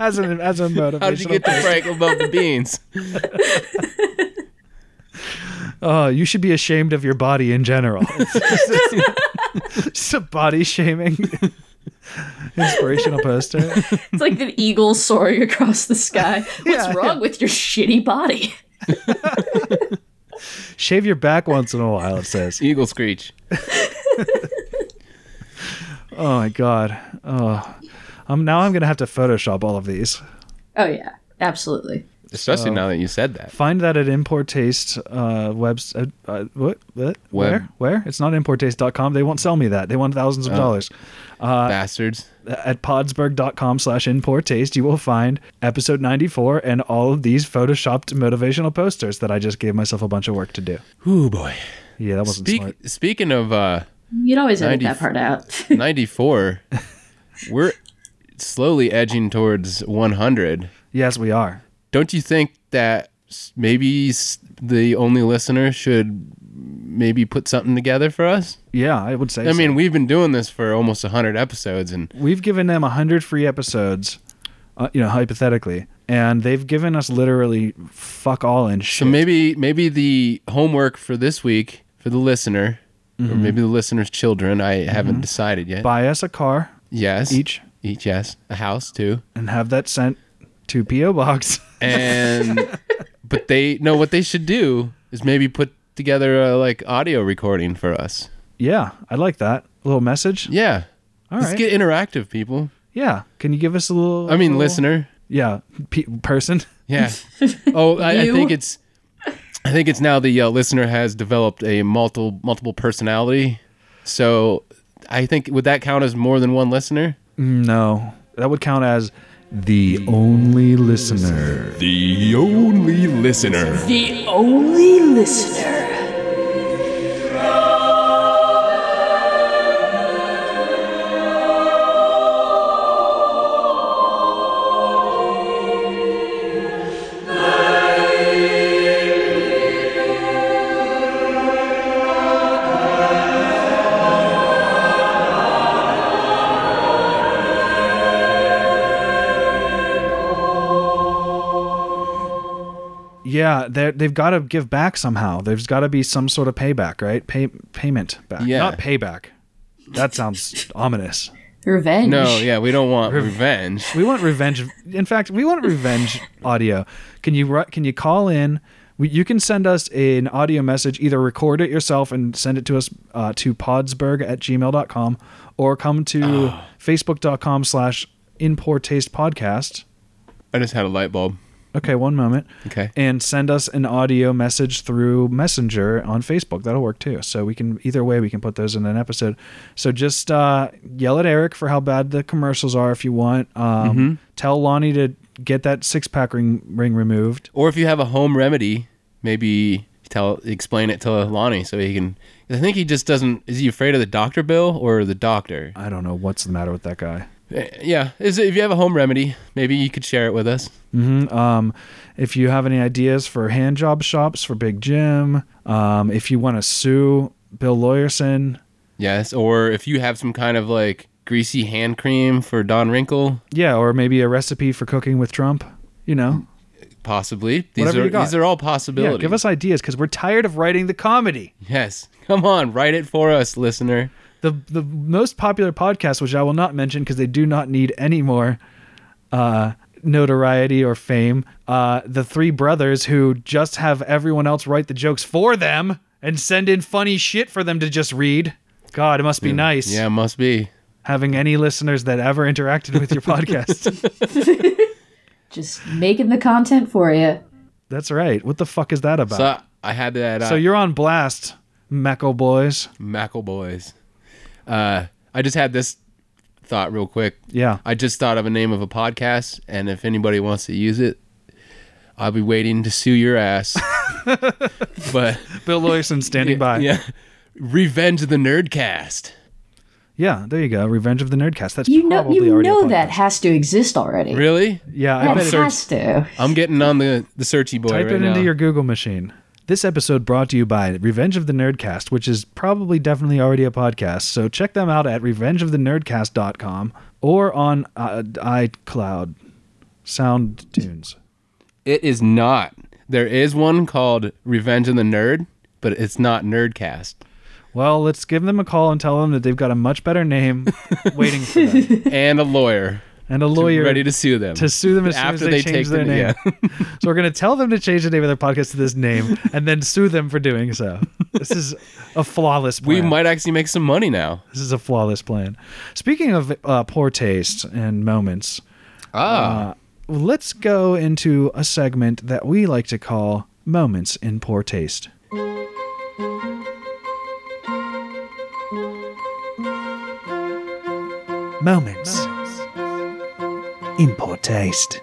As an as a motivational. How did you get the Frank above the beans? Oh, you should be ashamed of your body in general. It's just, just a body shaming inspirational poster. It's like an eagle soaring across the sky. What's wrong with your shitty body? Shave your back once in a while, it says. Eagle screech. Oh my god. Oh, I'm now I'm gonna have to Photoshop all of these. Oh yeah, absolutely. Especially So- now that you said that. Find that at Import Taste uh, webs. Uh, uh, what? What? Where? Where? It's not importtaste.com. They won't sell me that. They want thousands of Oh. dollars. Uh, Bastards. At podsberg.com slash import taste, you will find episode 94 and all of these photoshopped motivational posters that I just gave myself a bunch of work to do. Ooh boy. Yeah, that wasn't Speak, smart. speaking of uh You'd always edit 90 that part out. 94. We're slowly edging towards 100. Yes, we are. Don't you think that s- maybe s- the only listener should maybe put something together for us? Yeah, I would say I so. mean, we've been doing this for almost 100 episodes and We've given them 100 free episodes, uh, you know, hypothetically, and they've given us literally fuck all and shit. so maybe maybe the homework for this week for the listener or Mhm. maybe the listener's children, I haven't Mhm. decided yet. Buy us a car yes. each Each yes, a house too. and have that sent to P.O. Box. and but they no what they should do is maybe put together a like audio recording for us Yeah, I like that. A little message. yeah All let's right. get interactive people yeah. Can you give us a little? i mean little- listener Yeah, pe- person. yeah oh I, I You? think it's i think it's now the uh, listener has developed a multiple multiple personality so i think would that count as more than one listener No, that would count as the only listener. The only listener. the only listener. Yeah, they they've got to give back somehow. There's got to be some sort of payback, right? Pay payment back, Yeah. not payback. That sounds ominous. Revenge. No, yeah, we don't want revenge. We want revenge. In fact, we want revenge audio. Can you ri- can you call in? We, you can send us an audio message. Either record it yourself and send it to us uh, to podsberg at gmail.com or come to facebook.com slash in poor taste podcast. I just had a light bulb. Okay, one moment. Okay. And send us an audio message through Messenger on Facebook. That'll work too. So we can either way we can put those in an episode. So just uh, yell at Eric for how bad the commercials are if you want. Um, Mhm. Tell Lonnie to get that six pack ring ring removed. Or if you have a home remedy, maybe tell explain it to Lonnie so he can. I think he just doesn't. Is he afraid of the doctor bill or the doctor? Eh, I don't know what's the matter with that guy. Yeah, is it, if you have a home remedy, maybe you could share it with us. hmm Um, if you have any ideas for hand job shops for Big Jim, um, if you want to sue Bill Lawyerson, Yes, or if you have some kind of like greasy hand cream for Don Wrinkle, yeah, or maybe a recipe for cooking with Trump, you know. possibly. These Whatever are you got. these are all Yeah, possibilities. give us ideas because we're tired of writing the comedy. Yes, come on, write it for us, listener. The the most popular podcast, which I will not mention because they do not need any more uh, notoriety or fame. Uh, the three brothers who just have everyone else write the jokes for them and send in funny shit for them to just read. God, it must be nice Yeah, must be. having any listeners that ever interacted with your podcast. Just making the content for you. That's right. What the fuck is that about? So I- I had that. So uh, you're on blast, Mecco boys. Mackle Boys. Uh, I just had this thought real quick. Yeah. I just thought of a name of a podcast, and if anybody wants to use it, I'll be waiting to sue your ass. but Bill Lawyerson standing by. Yeah. Revenge of the Nerdcast. Yeah, there you go. Revenge of the Nerdcast. That's You know, probably you already know up on- that has to exist already. Really? Yeah, I That bet it- has to. I'm getting on the the searchy boy Type right it now. into your Google machine. This episode brought to you by Revenge of the Nerdcast, which is probably definitely already a podcast. So check them out at revengeofthenerdcast.com or on uh, iCloud Sound Tunes. It is not. There is one called Revenge of the Nerd, but it's not Nerdcast. Well, let's give them a call and tell them that they've got a much better name waiting for them and a lawyer. And a lawyer ready to sue them. to sue them as soon as they, change their the- name. yeah. so we're going to tell them to change the name of their podcast to this name and then sue them for doing so. This is a flawless plan. We might actually make some money now. This is a flawless plan. Speaking of uh, poor taste and moments, Ah. uh, let's go into a segment that we like to call Moments in Poor Taste. Moments in Poor Taste.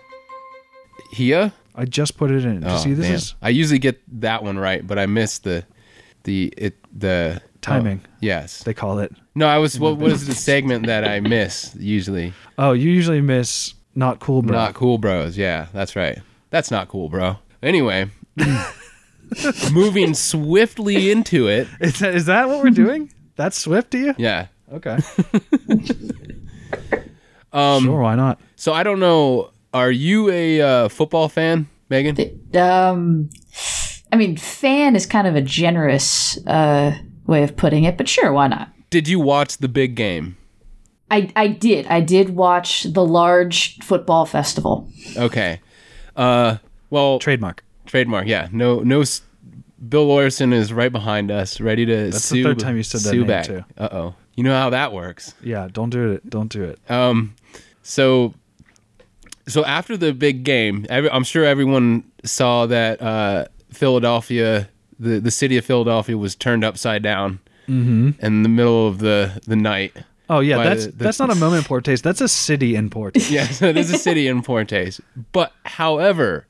Here? I just put it in. Did you Oh, see this man. is I usually get that one right, but I missed the the it the Timing. oh, yes. they call it. No, I was what what is the segment that I miss usually? Oh, you usually miss not cool, bro. Not cool bros. Yeah, that's right. That's not cool, bro. Anyway, moving swiftly into it. Is that, is that what we're doing? That's swift to you? Yeah. Okay. Um sure, why not? So I don't know, are you a uh, football fan, Megan? Um, I mean, fan is kind of a generous uh, way of putting it, but sure, why not? Did you watch the big game? I, I did. I did watch the large football festival. Okay. Uh, well, trademark. Trademark. Yeah. No. No. s- Bill Lawyerson is right behind us, ready to That's the sue. third time you said that sue name, back. too. Uh oh. You know how that works. Yeah, don't do it. Don't do it. Um, so, so after the big game, every, I'm sure everyone saw that uh, Philadelphia, the the city of Philadelphia, was turned upside down Mm-hmm. in the middle of the the night. Oh yeah, by that's the- the- that's not a moment in poor taste. That's a city in poor taste. Yeah, so it is a city in poor taste. But however,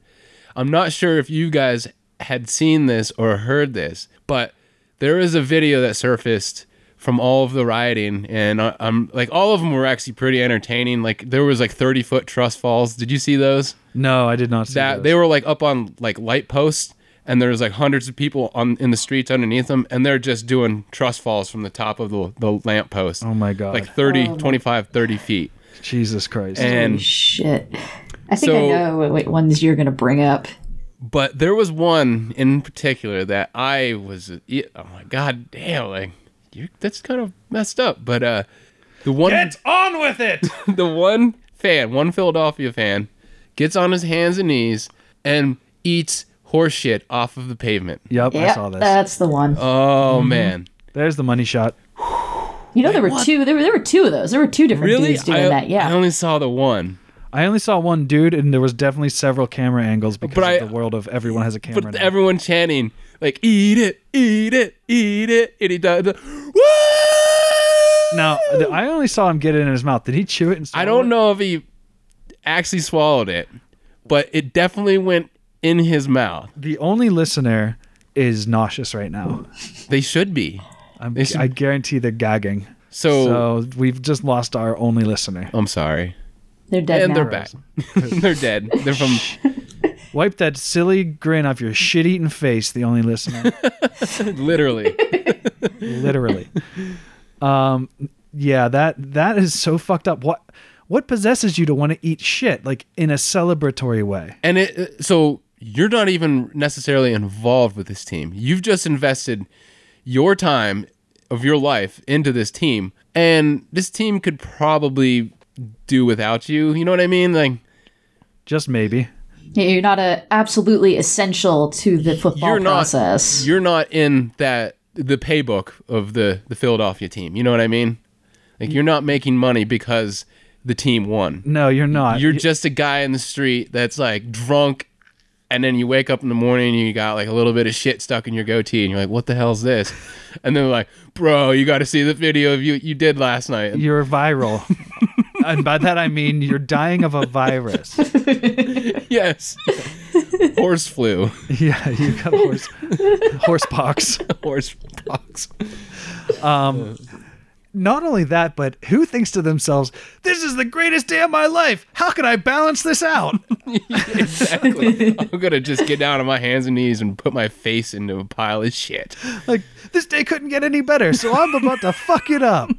I'm not sure if you guys had seen this or heard this, but there is a video that surfaced from all of the rioting, and I, I'm like, all of them were actually pretty entertaining. Like there was like 30 foot truss falls. Did you see those? No, I did not see that that. they were like up on like light posts and there's like hundreds of people on in the streets underneath them and they're just doing truss falls from the top of the, the lamp post oh my god, like 30 Oh my- 25 30 feet Jesus Christ! and Shit. I think I So- know what, what ones you're going to bring up. But there was one in particular that I was, oh my god, damn, like you, that's kind of messed up. But uh, the one Get on with it. the one fan, one Philadelphia fan, gets on his hands and knees and eats horseshit off of the pavement. Yep, I Yep, saw this. That's the one. Oh Mm-hmm. man, there's the money shot. You know there were two. There were there were two of those. There were two different Really? dudes doing I- that. Yeah. I only saw the one. I only saw one dude, and there was definitely several camera angles because But of I- the world of everyone has a camera. But now. everyone chanting like "Eat it, eat it, eat it," and he does. Now, th- I only saw him get it in his mouth. Did he chew it? And I don't know if he actually swallowed it, but it definitely went in his mouth. the only listener is nauseous right now. They should be. I'm, They should- I guarantee they're gagging. So- so we've just lost our only listener. I'm sorry. They're dead and now. they're back. they're dead. They're from. Wipe that silly grin off your shit-eating face. The only listener, Literally. literally. Um, yeah, that that is so fucked up. What what possesses you to want to eat shit like in a celebratory way? And it so you're not even necessarily involved with this team. You've just invested your time of your life into this team, and this team could probably do without you. You know what I mean? Like just maybe. Yeah, You're not a, absolutely essential to the football You're not process. you're not in that the paybook of the the Philadelphia team. You know what I mean? Like you're not making money because the team won. No, you're not. You're just a guy in the street that's like drunk, and then you wake up in the morning and you got like a little bit of shit stuck in your goatee, and you're like, "What the hell's this?" And then like, "Bro, you got to see the video of you you did last night." And, You're viral. and by that I mean you're dying of a virus. yes, horse flu, yeah, you got horse horse pox. horse pox. Um not only that, but who thinks to themselves, this is the greatest day of my life. How can I balance this out? exactly. I'm gonna just get down on my hands and knees and put my face into a pile of shit. Like this day couldn't get any better, so I'm about to fuck it up.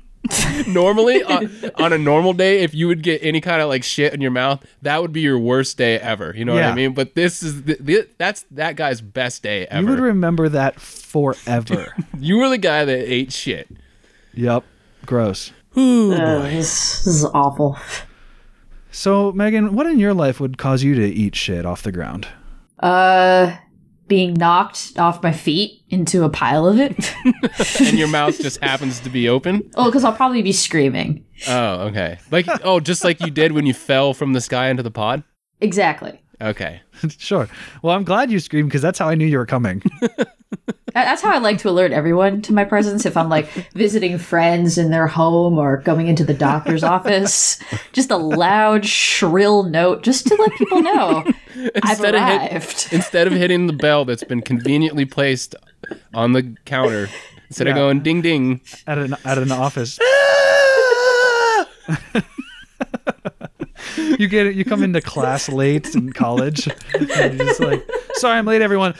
Normally, on, on a normal day, if you would get any kind of like shit in your mouth, that would be your worst day ever. You know what Yeah. I mean? But this is the, the, that's that guy's best day ever. You would remember that forever. You were the guy that ate shit. yep. Gross. Ooh, Ugh, boy. This, this is awful. So, Megan, what in your life would cause you to eat shit off the ground? Uh, being knocked off my feet into a pile of it. and your mouth just happens to be open. oh, because I'll probably be screaming. Oh, okay. Like oh, just like you did when you fell from the sky into the pod. Exactly. Okay. sure. Well, I'm glad you screamed because that's how I knew you were coming. That- That's how I like to alert everyone to my presence if I'm like visiting friends in their home or going into the doctor's office. Just a loud, shrill note just to let people know I've Instead of hit- arrived. instead of hitting the bell that's been conveniently placed on the counter, instead of Yeah. going ding ding, at an at an office. you get it. You come into class late in college, and you're just like, "Sorry, I'm late, everyone."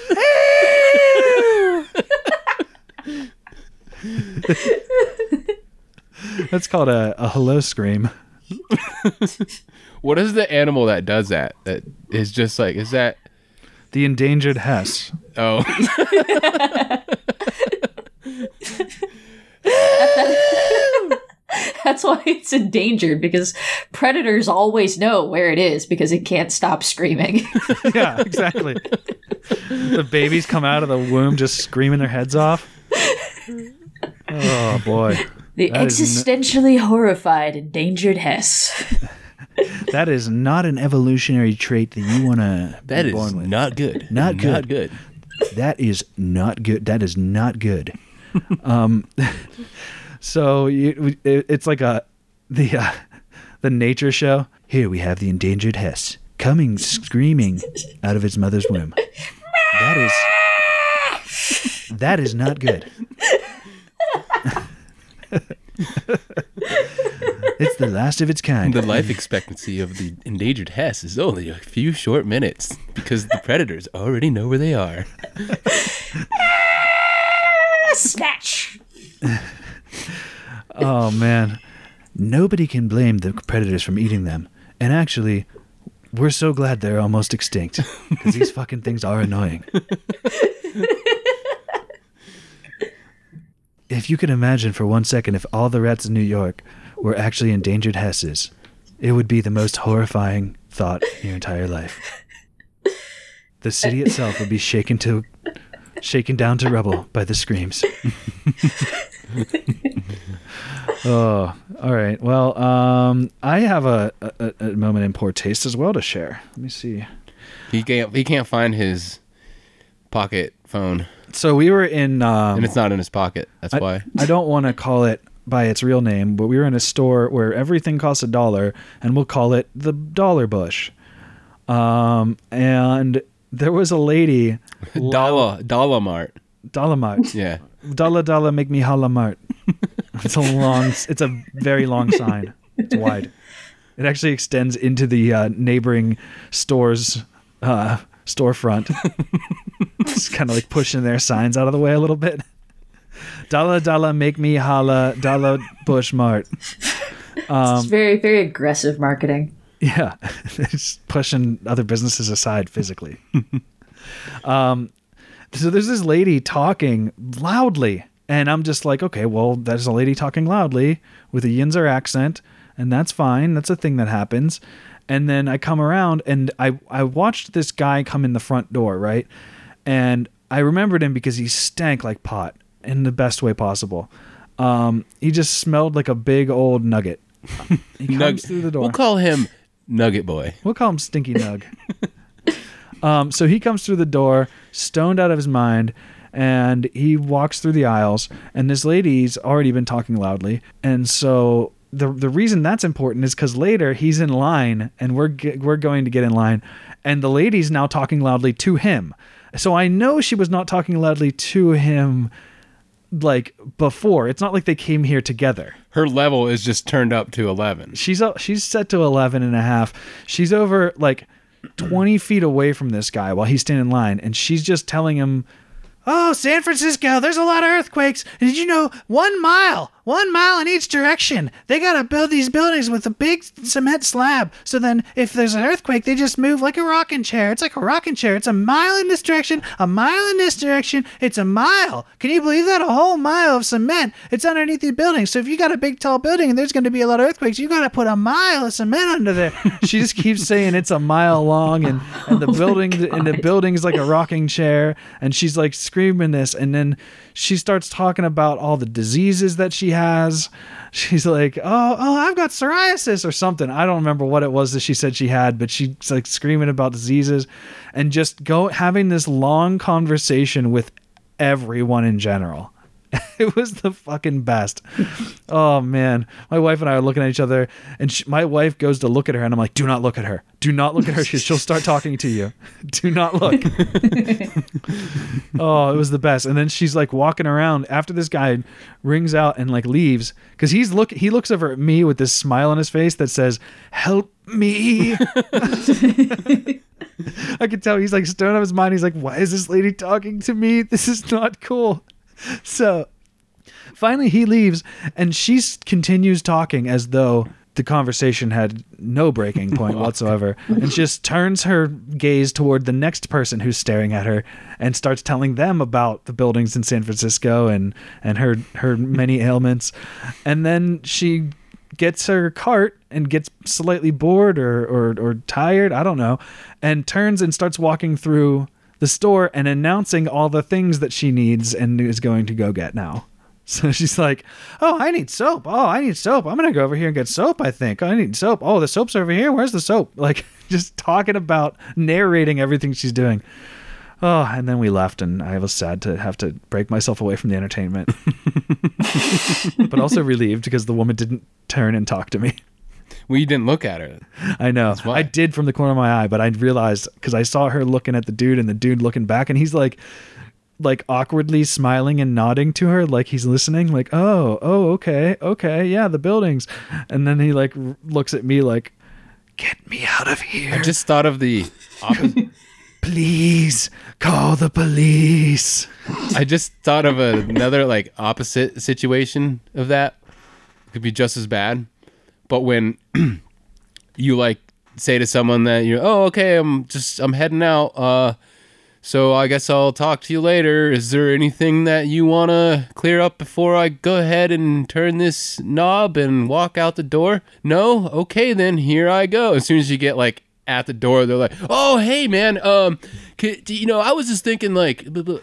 That's called a, a hello scream. what is the animal that does that? That is just like, is that? The endangered Hess. Oh, That's why it's endangered because predators always know where it is because it can't stop screaming. yeah, exactly. The babies come out of the womb just screaming their heads off. Oh boy. The That is n- existentially horrified endangered Hess. that is not an evolutionary trait that you want to That be is born with. not good. Not good. Not good. That is not good. That is not good. um, so you, it, it's like a the uh, the nature show. Here we have the endangered Hess coming screaming out of its mother's womb. That is that is not good. it's the last of its kind. the life expectancy of the endangered hess is only a few short minutes because the predators already know where they are. Snatch. Oh man. Nobody can blame the predators from eating them. And actually, We're so glad they're almost extinct because these fucking things are annoying. if you could imagine for one second if all the rats in New York were actually endangered Hesses, it would be the most horrifying thought in your entire life. The city itself would be shaken to shaken down to rubble by the screams. oh, all right. Well, um, I have a, a, a moment in poor taste as well to share. Let me see. He can't. He can't find his pocket phone. So we were in, um, and it's not in his pocket. That's I, why. I don't want to call it by its real name, but we were in a store where everything costs a dollar, and we'll call it the Dollar Bush. Um, and there was a lady, Dollar Dollar Mart. Dollar Mart. Yeah. Dollar dollar make me holla mart. It's a long. It's a very long sign. It's wide. It actually extends into the uh, neighboring store's uh, storefront. Just kind of like pushing their signs out of the way a little bit. Dollar dollar make me holla dollar bush mart. it's very, very aggressive marketing. Yeah, it's pushing other businesses aside physically. um, so there's this lady talking loudly, and I'm just like, okay, well, there's a lady talking loudly with a Yinzer accent, and that's fine. That's a thing that happens. And then I come around, and I I watched this guy come in the front door, right? And I remembered him because he stank like pot in the best way possible. Um, he just smelled like a big old nugget. He comes Nug- through the door. We'll call him Nugget Boy. We'll call him Stinky Nug. um, so he comes through the door, stoned out of his mind, and he walks through the aisles. And this lady's already been talking loudly, and so the the reason that's important is because later he's in line, and we're ge- we're going to get in line, and the lady's now talking loudly to him. So I know she was not talking loudly to him like before. It's not like they came here together. Her level is just turned up to eleven. She's up, she's set to 11 and a half. She's over like 20 feet away from this guy while he's standing in line and she's just telling him Oh, San Francisco, there's a lot of earthquakes. Did you know one mile, one mile in each direction? They got to build these buildings with a big cement slab. So then, if there's an earthquake, they just move like a rocking chair. It's like a rocking chair. It's a mile in this direction, a mile in this direction. It's a mile. Can you believe that? A whole mile of cement. It's underneath the building. So if you got a big, tall building and there's going to be a lot of earthquakes, you got to put a mile of cement under there. she just keeps saying it's a mile long and, and the building and the building's like a rocking chair and she's like screaming this and then she starts talking about all the diseases that she has she's like oh oh i've got psoriasis or something i don't remember what it was that she said she had but she's like screaming about diseases and just go having this long conversation with everyone in general it was the fucking best. Oh man, my wife and I are looking at each other, and she, my wife goes to look at her, and I'm like, "Do not look at her. Do not look at her. She, she'll start talking to you. Do not look." oh, it was the best. And then she's like walking around after this guy rings out and like leaves because he's look he looks over at me with this smile on his face that says, "Help me." I could tell he's like stoned out of his mind. He's like, "Why is this lady talking to me? This is not cool." So finally he leaves and she s- continues talking as though the conversation had no breaking point whatsoever and just turns her gaze toward the next person who's staring at her and starts telling them about the buildings in San Francisco and and her her many ailments and then she gets her cart and gets slightly bored or, or or tired, I don't know, and turns and starts walking through the store and announcing all the things that she needs and is going to go get now. So she's like, "Oh, I need soap. Oh, I need soap. I'm gonna go over here and get soap. I think I need soap. Oh, the soap's over here. Where's the soap?" Like just talking about narrating everything she's doing. Oh, and then we left, and I was sad to have to break myself away from the entertainment, but also relieved because the woman didn't turn and talk to me. Well, you didn't look at her. I know. I did from the corner of my eye, but I realized because I saw her looking at the dude and the dude looking back, and he's like, like awkwardly smiling and nodding to her, like he's listening, like, oh, oh, okay, okay, yeah, the buildings. And then he like r- looks at me like, get me out of here. I just thought of the. Opposite. Please call the police. I just thought of another like opposite situation of that. Could be just as bad, but when you like say to someone that you oh okay I'm just I'm heading out uh so I guess I'll talk to you later is there anything that you want to clear up before I go ahead and turn this knob and walk out the door no okay then here I go as soon as you get like at the door they're like oh hey man um c- do you know I was just thinking like blah, blah.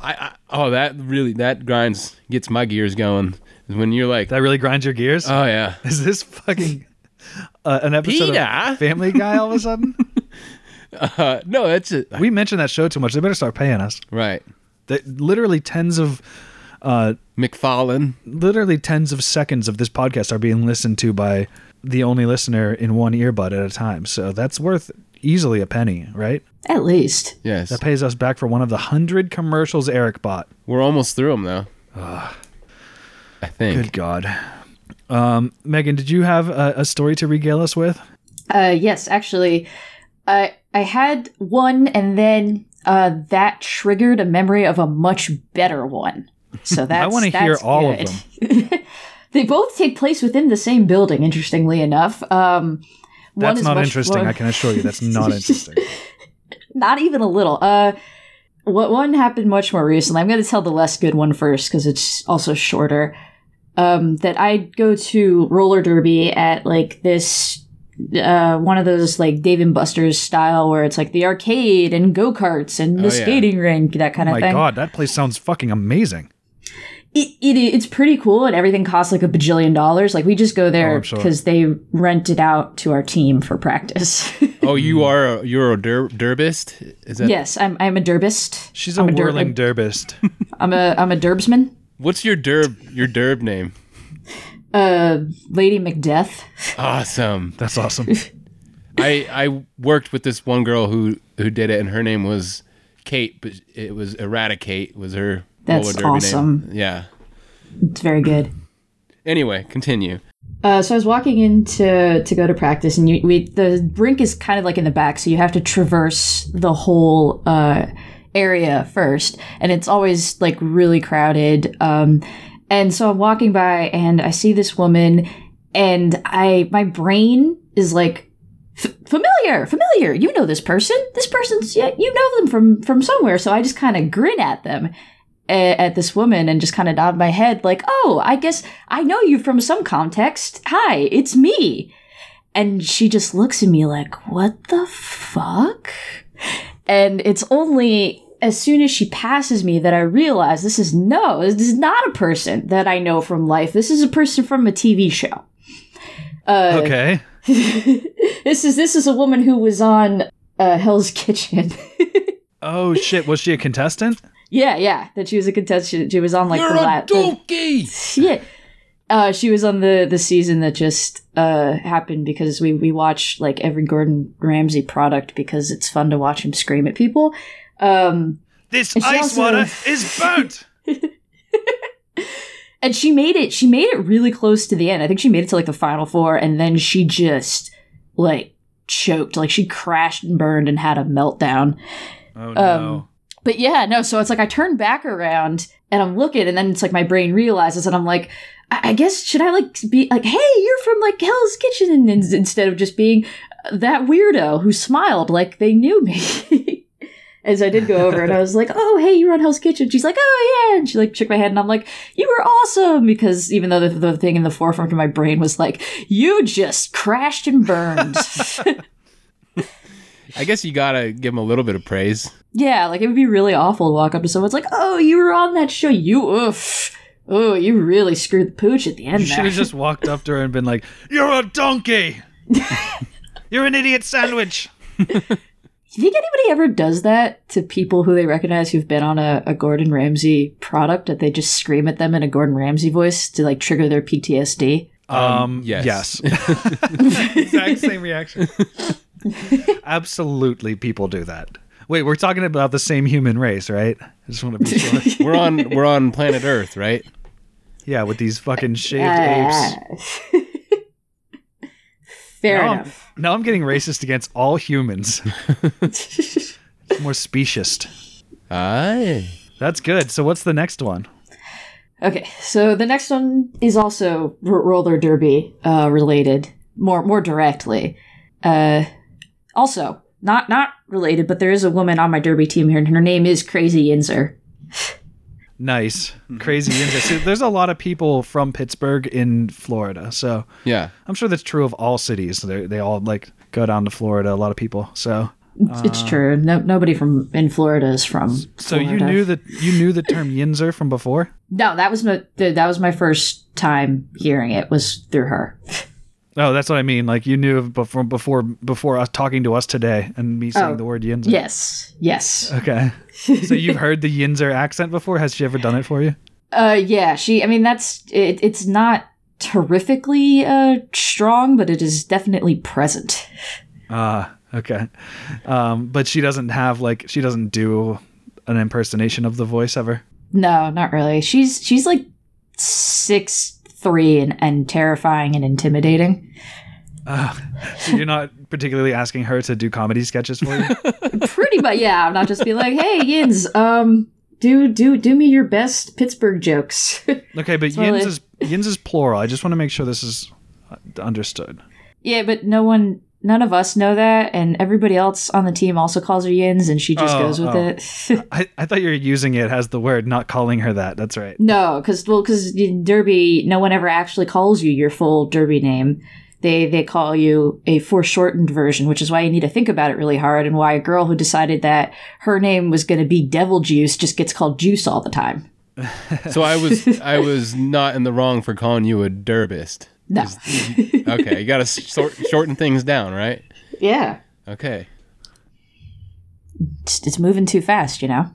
I, I oh that really that grinds gets my gears going when you're like that really grinds your gears oh yeah is this fucking uh, an episode Peter? of Family Guy all of a sudden? uh, no, it's a, we mentioned that show too much. They better start paying us. Right. That literally tens of uh, McFarlane. Literally tens of seconds of this podcast are being listened to by the only listener in one earbud at a time. So that's worth easily a penny, right? At least. Yes. That pays us back for one of the hundred commercials Eric bought. We're almost through them though. Ah. I think. Good God. Um, Megan, did you have a, a story to regale us with? Uh, yes, actually, I I had one, and then uh, that triggered a memory of a much better one. So that's I want to hear that's all good. of them. They both take place within the same building. Interestingly enough, um, one That's is not much interesting. more- I can assure you, that's not interesting. not even a little. Uh, what one happened much more recently. I'm going to tell the less good one first because it's also shorter. Um, that I go to roller derby at like this uh, one of those like Dave and Buster's style where it's like the arcade and go karts and the Oh, yeah. skating rink that kind oh of my thing. God, that place sounds fucking amazing. It, it it's pretty cool and everything costs like a bajillion dollars. Like we just go Oh, there I'm sure. because they rent it out to our team for practice. Oh, you are a, you're a der- derbist? Is that yes, I'm I'm a derbist. She's I'm a der- whirling derbist. I'm a I'm a derbsman. What's your derb your derb name? Uh, Lady Macbeth. Awesome. That's awesome. I I worked with this one girl who who did it and her name was Kate, but it was Eradicate was her That's roller derby awesome. name. Yeah. It's very good. Anyway, continue. Uh, so I was walking in to, to go to practice, and you, we the rink is kind of like in the back, so you have to traverse the whole uh, area first, and it's always like really crowded. Um, and so I'm walking by, and I see this woman, and I my brain is like "F- familiar, familiar. You know this person. This person's yeah, you know them from from somewhere. So I just kind of grin at them a- at this woman and just kind of nod my head like, "Oh, I guess I know you from some context. Hi, it's me." And she just looks at me like, "What the fuck?" And it's only as soon as she passes me that I realize this is no, this is not a person that I know from life. This is a person from a TV show. Uh, Okay. This is this is a woman who was on uh, Hell's Kitchen. Oh shit, was she a contestant? Yeah, yeah, that she was a contestant. She was on like You're a the last. donkey. yeah, uh, she was on the the season that just uh, happened because we we watch like every Gordon Ramsay product because it's fun to watch him scream at people. Um, this and she ice also- water is burnt. and she made it. She made it really close to the end. I think she made it to like the final four, and then she just like choked, like she crashed and burned and had a meltdown. Oh no. But yeah, no, so it's like I turn back around and I'm looking, and then it's like my brain realizes, and I'm like, I, I guess, should I like be like, hey, you're from like Hell's Kitchen, and, in- instead of just being that weirdo who smiled like they knew me. As I did go over, and I was like, oh, hey, you're on Hell's Kitchen. She's like, oh, yeah. And she like shook my head, and I'm like, you were awesome. Because even though the, the thing in the forefront of my brain was like, you just crashed and burned. I guess you got to give him a little bit of praise. Yeah, like it would be really awful to walk up to someone. It's like, oh, you were on that show. You oof. Oh, you really screwed the pooch at the end. You should there." have just walked up to her and been like, "You're a donkey. You're an idiot sandwich." Do you think anybody ever does that to people who they recognize who've been on a, a Gordon Ramsay product that they just scream at them in a Gordon Ramsay voice to like trigger their PTSD? Um, yes. yes. exact same reaction. Absolutely, people do that. Wait, we're talking about the same human race, right? I just want to be sure. We're on we're on planet Earth, right? Yeah, with these fucking shaved apes. Ah, Fair now enough. I'm, now I'm getting racist against all humans. More speciest. Aye. That's good. So what's the next one? Okay, so the next one is also r- roller derby uh, related, more more directly. Uh, also, not not related, but there is a woman on my derby team here, and her name is Crazy Yinzer. Nice. Crazy Yinzer. See, there's a lot of people from Pittsburgh in Florida, so Yeah. I'm sure that's true of all cities. They they all like go down to Florida. A lot of people. So It's- it's uh, true. No, nobody from in Florida is from. So you Florida. knew that you knew the term Yinzer from before. No, that was my th- that was my first time hearing it was through her. Oh, that's what I mean. Like you knew before before before us talking to us today and me saying Oh, the word Yinzer. Yes, yes. Okay. so you've heard the Yinzer accent before? Has she ever done it for you? Uh, yeah, she. I mean, that's it, it's not terrifically uh strong, but it is definitely present. Ah, okay. Um, but she doesn't have like she doesn't do an impersonation of the voice ever. No, not really. She's she's like six three and, and terrifying and intimidating. So you're not particularly asking her to do comedy sketches for you. Pretty much, yeah. I'm not just be like, hey, Yins, um, do do do me your best Pittsburgh jokes. Okay, but Totally. yins is yins is plural. I just want to make sure this is uh, understood. yeah, but no one, none of us know that, and everybody else on the team also calls her Yins, and she just Oh, goes with oh. it. I, I thought you were using it as the word, not calling her that. That's right. no, because well, because Derby, no one ever actually calls you your full Derby name. They they call you a foreshortened version, which is why you need to think about it really hard, and why a girl who decided that her name was going to be Devil Juice just gets called Juice all the time. So I was I was not in the wrong for calling you a derbist. No. Okay, you got to sort, shorten things down, right? yeah. Okay. it's, it's moving too fast, you know.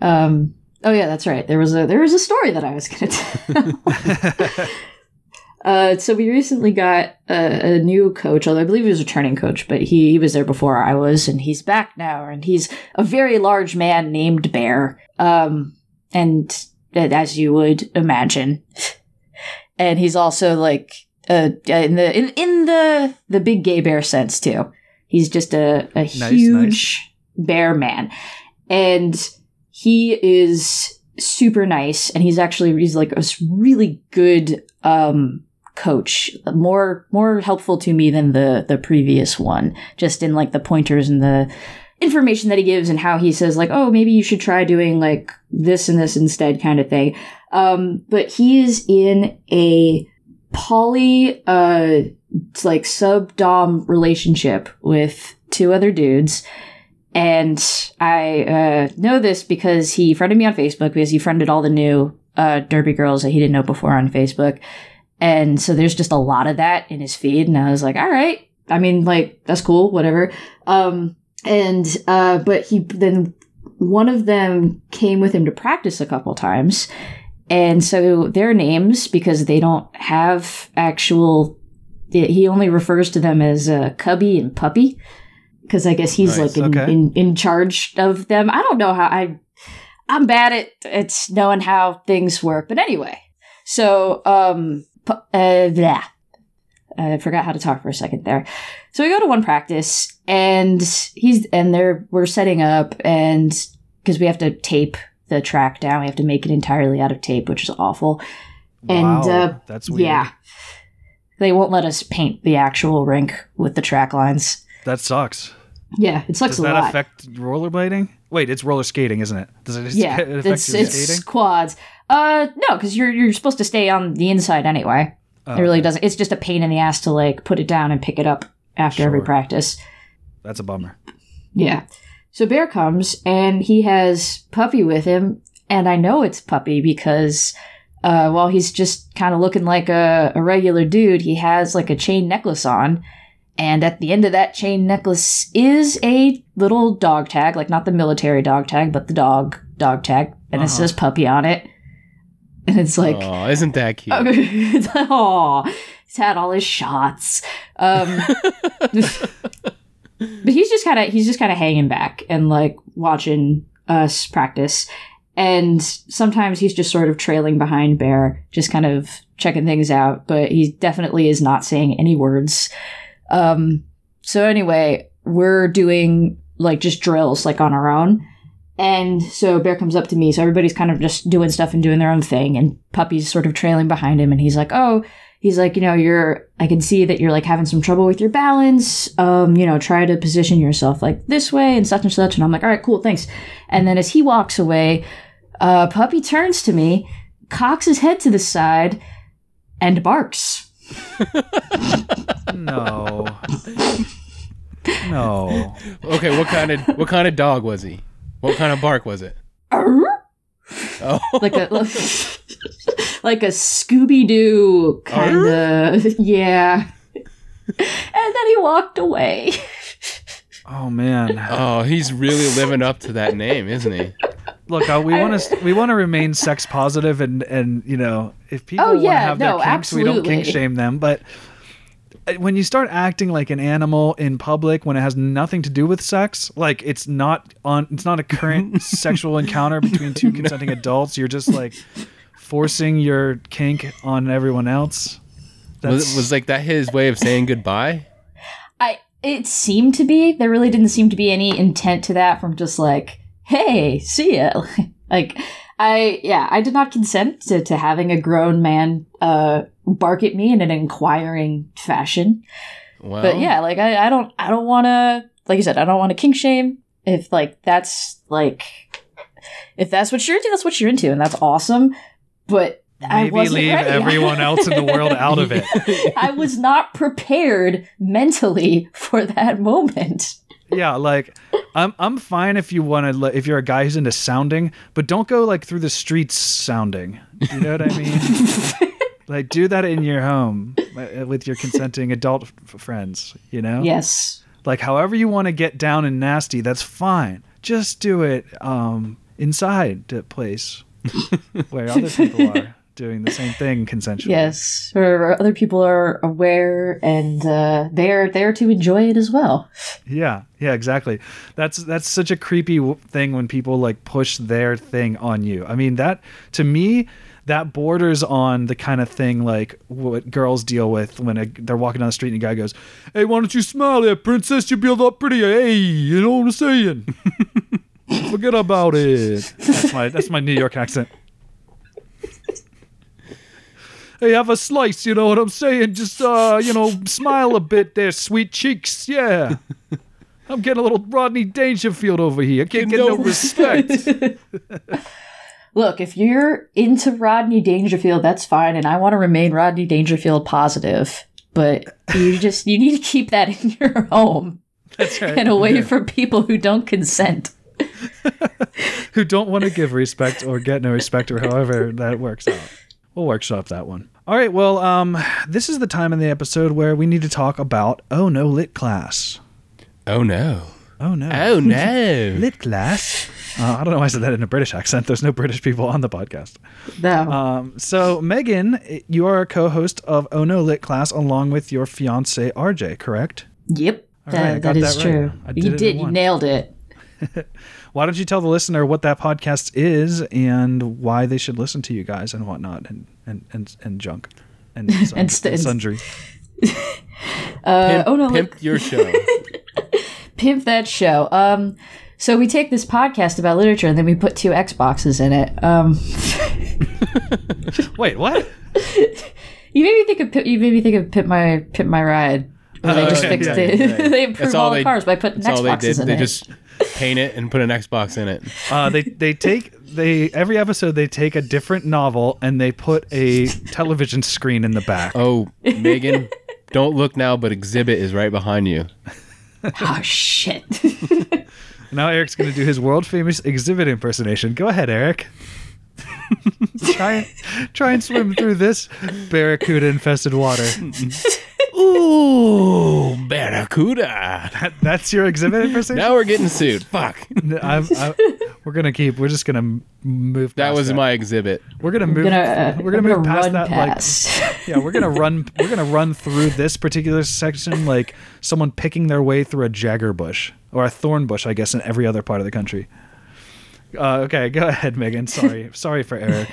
Um. Oh yeah, that's right. There was a there was a story that I was going to tell. uh, so we recently got a, a new coach, although I believe he was a returning coach, but he he was there before I was, and he's back now, and he's a very large man named Bear. Um, and a- as you would imagine, and he's also like uh in the in, in the the big gay bear sense too. He's just a a nice. huge bear man, and he is super nice. And he's actually he's like a s- really good um coach, more more helpful to me than the the previous one. Just in like the pointers and the information that he gives and how he says like oh maybe you should try doing like this and this instead kind of thing um but he is in a poly uh it's like sub dom relationship with two other dudes and i uh know this because he friended me on facebook because he friended all the new uh derby girls that he didn't know before on facebook and so there's just a lot of that in his feed and i was like all right i mean like that's cool whatever um and uh but he then one of them came with him to practice a couple times and so their names because they don't have actual he only refers to them as uh, cubby and puppy because i guess he's Nice, like in, okay. in, in charge of them i don't know how i i'm bad at it's knowing how things work but anyway so um pu- uh, blah. I forgot how to talk for a second there. So we go to one practice, and he's and they're we're setting up, and because we have to tape the track down, we have to make it entirely out of tape, which is awful. and Wow, uh, that's weird. Yeah, they won't let us paint the actual rink with the track lines. That sucks. Yeah, it sucks Does a that lot. affect rollerblading? Wait, it's roller skating, isn't it? Does it yeah, it affect it's, your it's skating? quads. Uh, no, because you're you're supposed to stay on the inside anyway. Oh, it really okay. doesn't. It's just a pain in the ass to like put it down and pick it up after every Sure. practice. That's a bummer. Yeah. So Bear comes and he has Puppy with him, and I know it's Puppy because uh, while he's just kind of looking like a, a regular dude, he has like a chain necklace on. And at the end of that chain necklace is a little dog tag, like not the military dog tag, but the dog dog tag, and it Uh-huh. says puppy on it. And it's like, oh, isn't that cute? Okay. It's like, aw, he's had all his shots. Um, but he's just kind of he's just kind of hanging back and like watching us practice. And sometimes he's just sort of trailing behind Bear, just kind of checking things out. But he definitely is not saying any words. Um, so anyway, we're doing like just drills like on our own. And so Bear comes up to me. So everybody's kind of just doing stuff and doing their own thing. And Puppy's sort of trailing behind him. And he's like, Oh, he's like, you know, you're, I can see that you're like having some trouble with your balance. Um, you know, try to position yourself like this way and such and such. And I'm like, all right, cool, thanks. And then as he walks away, uh, puppy turns to me, cocks his head to the side, and barks. No. no. Okay, what kind of what kind of dog was he? What kind of bark was it? Oh. like a like a Scooby Doo kind of yeah. and then he walked away. Oh man. Oh, he's really living up to that name, isn't he? Look, uh, we want to we want to remain sex positive and and you know if people Oh, want to yeah, have no, their kinks, we don't kink absolutely. shame them. But uh, when you start acting like an animal in public when it has nothing to do with sex, like it's not on, it's not a current sexual encounter between two consenting adults. You're just like forcing your kink on everyone else. Was, was like that his way of saying goodbye? I it seemed to be there really didn't seem to be any intent to that from just like hey see ya like I yeah I did not consent to, to having a grown man uh bark at me in an inquiring fashion Well, but yeah like I, I don't I don't want to like you said I don't want to kink shame if like that's like if that's what you're into that's what you're into and that's awesome but I Maybe wasn't leave ready. everyone else in the world out of it. I was not prepared mentally for that moment. Yeah, like I'm I'm fine if you want to if you're a guy who's into sounding, but don't go like through the streets sounding. You know what I mean? like do that in your home uh, with your consenting adult f- friends, you know? Yes. Like however you want to get down and nasty, that's fine. Just do it um inside the place where other people are doing the same thing consensually. Yes, or other people are aware and uh, they're there to enjoy it as well. Yeah, yeah, exactly. That's that's such a creepy w- thing when people like push their thing on you. I mean, that to me that borders on the kind of thing like what girls deal with when a, they're walking down the street and a guy goes, "Hey, why don't you smile there, princess? You build up pretty. Hey, you know what I'm saying? Forget about it." That's my that's my New York accent. Hey, have a slice, you know what I'm saying? Just uh, you know, smile a bit there, sweet cheeks. Yeah. I'm getting a little Rodney Dangerfield over here. I can't get no respect. Look, if you're into Rodney Dangerfield, that's fine, and I want to remain Rodney Dangerfield positive. But you just you need to keep that in your home That's right. and away Yeah. from people who don't consent. Who don't want to give respect or get no respect or however that works out. We'll workshop that one. All right, well, um, this is the time in the episode where we need to talk about Oh No Lit Class. Oh no. Oh no. Oh no. Lit class. Uh, I don't know why I said that in a British accent. There's no British people on the podcast. No. Uh, Um, so, Megan, you are a co host of Oh No Lit Class along with your fiance, RJ, correct? Yep, All right, I that, got that is that right. true. I did it you in did, you one. nailed it. Why don't you tell the listener what that podcast is and why they should listen to you guys and whatnot and, and, and, and junk and, sun- And st- and- sundry. Uh, Pimp, oh no, Lit- pimp your show. pimp that show. Um, so we take this podcast about literature and then we put two Xboxes in it. Um, Wait, what? you made me think of Pimp- you made me think of pimp my pimp my ride. Where they Oh, just okay, fixed yeah, it. yeah, yeah. they improve That's all, the they- cars by putting that's all they did. Xboxes in They it. just paint it and put an Xbox in it. Uh, they they take they every episode they take a different novel and they put a television screen in the back. Oh, Megan, don't look now, but Exhibit is right behind you. oh shit! Now Eric's going to do his world famous exhibit impersonation. Go ahead, Eric. try try and swim through this barracuda infested water. Ooh, Barracuda. That's your exhibit impersonation. Now we're getting sued. Fuck. I'm, i we're gonna keep. We're just gonna m- move. That past was my exhibit. We're gonna move. gonna, uh, we're gonna I'm move gonna past run that. Like, past. yeah, we're gonna run. We're gonna run through this particular section like someone picking their way through a jagger bush or a thorn bush, I guess, in every other part of the country. Uh, okay, go ahead, Megan. Sorry, sorry for Eric.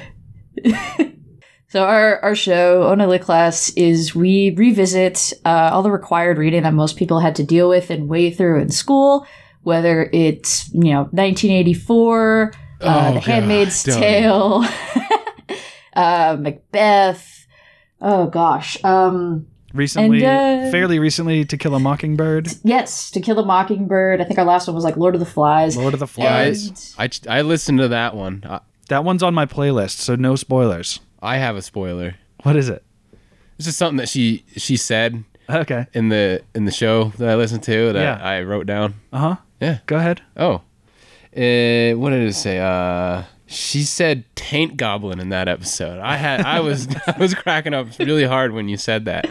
So our our show on a lit class is we revisit uh, all the required reading that most people had to deal with and wade through in school, whether it's you know 1984, uh, Oh, The God, Handmaid's don't. Tale, uh, Macbeth, Oh gosh. Um Recently, And, uh, fairly recently, To Kill a Mockingbird. yes, To Kill a Mockingbird. I think our last one was like Lord of the Flies. Lord of the And- Flies. I, I listened to that one. that one's on my playlist, so no spoilers. I have a spoiler. What is it? This is something that she she said. Okay. In the in the show that I listened to that Yeah. I, I wrote down. Uh huh. Yeah. Go ahead. Oh. Uh, what did it say? Uh, she said "taint goblin" in that episode. I had I was I was cracking up really hard when you said that.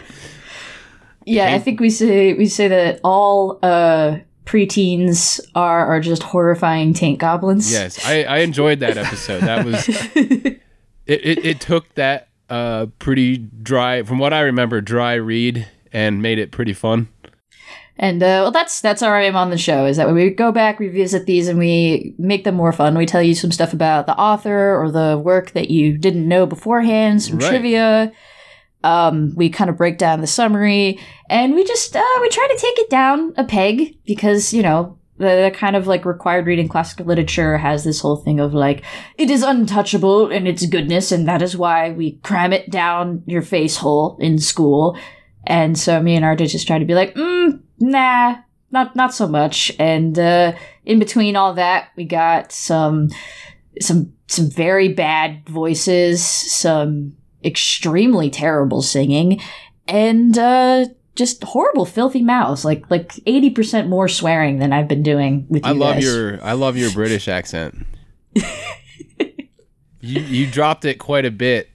Yeah, I think we say we say that all uh preteens are are just horrifying tank goblins. Yes, I, I enjoyed that episode. That was it, it. It took that uh pretty dry, from what I remember, dry read and made it pretty fun. And uh, well, that's that's our aim on the show is that when we go back, revisit these, and we make them more fun. We tell you some stuff about the author or the work that you didn't know beforehand, some Right. trivia. Um, we kind of break down the summary, and we just uh, we try to take it down a peg because you know the, the kind of like required reading classical literature has this whole thing of like it is untouchable in its goodness, and that is why we cram it down your face hole in school. And so me and Arda just tried to be like, mm, nah, not not so much. And uh, in between all that, we got some some some very bad voices, some extremely terrible singing, and uh, just horrible, filthy mouths. Like like eighty percent more swearing than I've been doing with you I love guys. your I love your British accent. you you dropped it quite a bit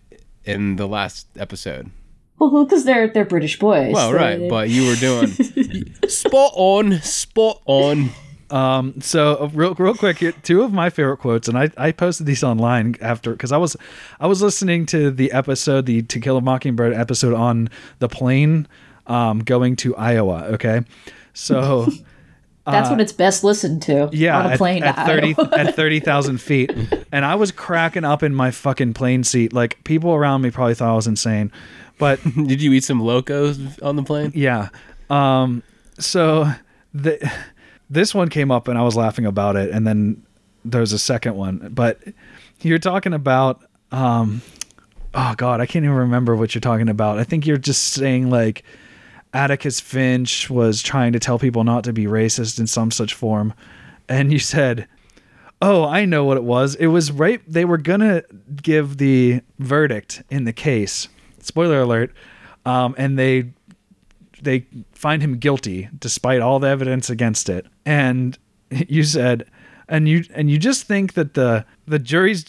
in the last episode. well because they're they're British boys. Well, right, They- but you were doing spot on, spot on. Um, so uh, real, real quick, here, two of my favorite quotes, and I, I posted these online after because I was I was listening to the episode, the To Kill a Mockingbird episode on the plane, um, going to Iowa. Okay, so uh, that's when it's best listened to. yeah, on a at- plane at, to thirty Iowa. at thirty thousand feet, and I was cracking up in my fucking plane seat. Like people around me probably thought I was insane, but did you eat some locos on the plane? Yeah. Um. So the this one came up and I was laughing about it, and then there's a second one, but you're talking about um. Oh God, I can't even remember what you're talking about. I think you're just saying like Atticus Finch was trying to tell people not to be racist in some such form, and you said. Oh, I know what it was. It was right. They were gonna give the verdict in the case. Spoiler alert. Um, and they they find him guilty despite all the evidence against it. And you said, and you and you just think that the the jury's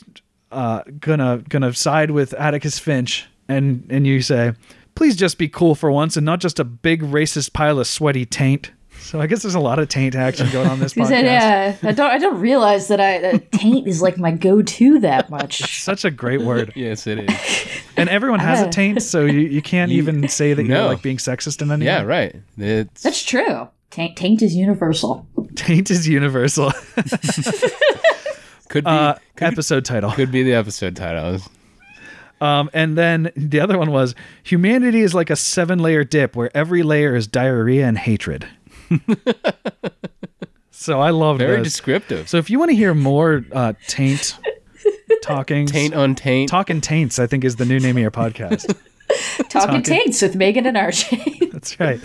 uh, gonna gonna side with Atticus Finch, and and you say, please just be cool for once and not just a big racist pile of sweaty taint. So I guess there's a lot of taint action going on this He podcast. said, "Yeah, I don't. I don't realize that I that taint is like my go-to that much." Such a great word. yes, it is. And everyone has Ah. a taint, so you, you can't even say that No. you're like being sexist in any Yeah, way. right. It's That's true. Taint, taint is universal. Taint is universal. could be episode title. Could be the episode title. Um, and then the other one was humanity is like a seven layer dip where every layer is diarrhea and hatred. so I love Very those. descriptive. So if you want to hear more uh, taint talking, taint on taint, talking taints, I think is the new name of your podcast. Talking- Talking taints with Megan and RJ. That's right.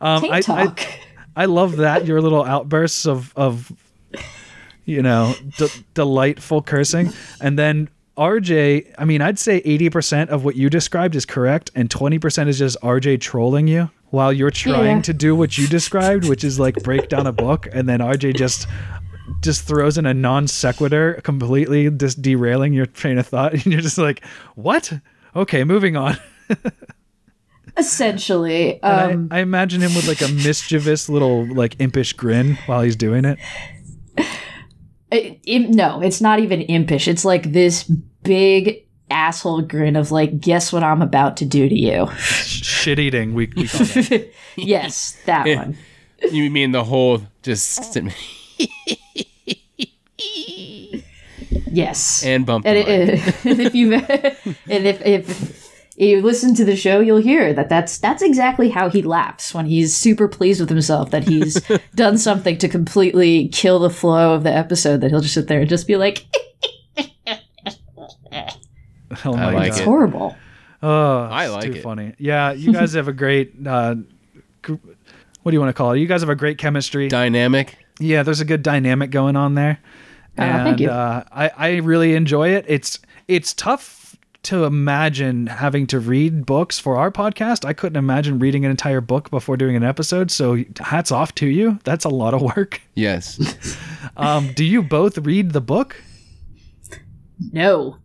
Um, Taint I, talk. I, I love that your little outbursts of of you know d- delightful cursing, and then RJ. I mean, I'd say eighty percent of what you described is correct, and twenty percent is just RJ trolling you while you're trying Yeah. to do what you described, which is like break down a book, and then RJ just just throws in a non sequitur, completely just derailing your train of thought, and you're just like, what? Okay, moving on. Essentially, um, And I, I imagine him with like a mischievous little like impish grin while he's doing it. it- Uh, im- no, it's not even impish. It's like this big asshole grin of like, "Guess what I'm about to do to you." Shit eating. We, we call that. yes, that Yeah. one. You mean the whole Oh. just Yes. and bump. And, the it, it- and if you and if, if you listen to the show, you'll hear that that's that's exactly how he laughs when he's super pleased with himself that he's done something to completely kill the flow of the episode. That he'll just sit there and just be like, Oh I my like Oh God. it. horrible. Oh, I it's like too it. Funny. Yeah, you guys have a great. Uh, gr- what do you want to call it? You guys have a great chemistry. Dynamic. Yeah, there's a good dynamic going on there, and Ah, thank you. Uh, I I really enjoy it. It's it's tough to imagine having to read books for our podcast. I couldn't imagine reading an entire book before doing an episode. So hats off to you. That's a lot of work. Yes. Um, do you both read the book? No.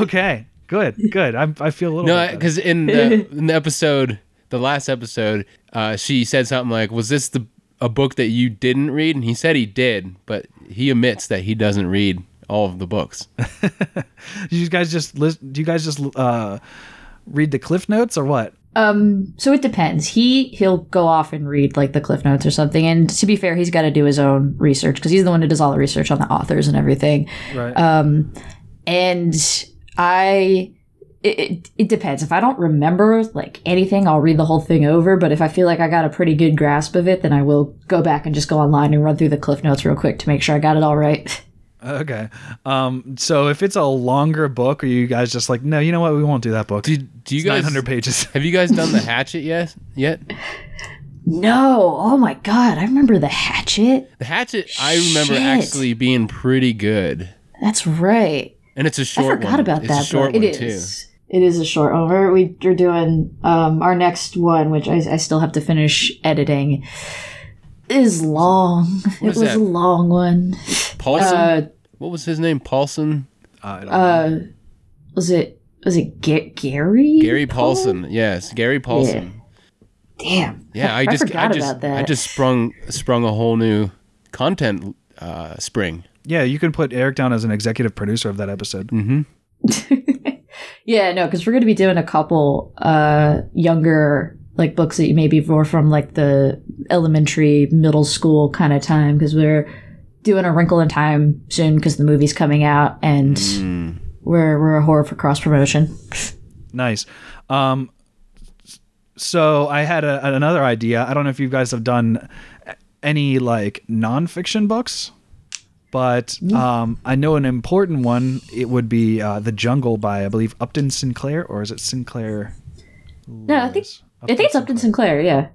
Okay. Good. Good. I, I feel a little. No, bit better. because in the, in the episode, the last episode, uh, she said something like, "Was this the a book that you didn't read?" And he said he did, but he admits that he doesn't read all of the books. Do you guys just list, do you guys just uh, read the cliff notes or what? Um, so it depends. He he'll go off and read like the cliff notes or something. And to be fair, he's got to do his own research because he's the one who does all the research on the authors and everything. Right. Um, and I it, it, it depends. If I don't remember like anything, I'll read the whole thing over. But if I feel like I got a pretty good grasp of it, then I will go back and just go online and run through the cliff notes real quick to make sure I got it all right. Okay. Um, so if it's a longer book, are you guys just like, no, you know what, we won't do that book. Do, do you guys- 900 pages? Have you guys done the hatchet yet? Yet No, oh my god, I remember the hatchet. the hatchet, I remember Shit. actually being pretty good, That's right. and it's a short forgot one. about it's that a short book. one It is. It is a short one. We're, we- we're doing um, our next one, which I, I still have to finish editing. Is long. What it is was that? a long one. too. Paulson. Uh, what was his name? Paulson. Uh, was it was it Ga- Gary? Gary Paulson. Yes, Gary Paulson. Damn. Yeah, I, I just, forgot I just, about that. I just sprung sprung a whole new content uh, spring. Yeah, you can put Eric down as an executive producer of that episode. Mm-hmm. Yeah, no, because we're going to be doing a couple uh, younger like books that you maybe more from like the elementary, middle school kind of time because we're doing a Wrinkle in Time soon because the movie's coming out and Hmm. we're we're a horror for cross promotion. Nice. Um, s- so I had a, another idea. I don't know if you guys have done a- any like nonfiction books, but um, I know an important one. It would be uh, The Jungle by I believe Upton Sinclair, or is it Sinclair? No, I think I think it's Upton Sinclair. Yeah.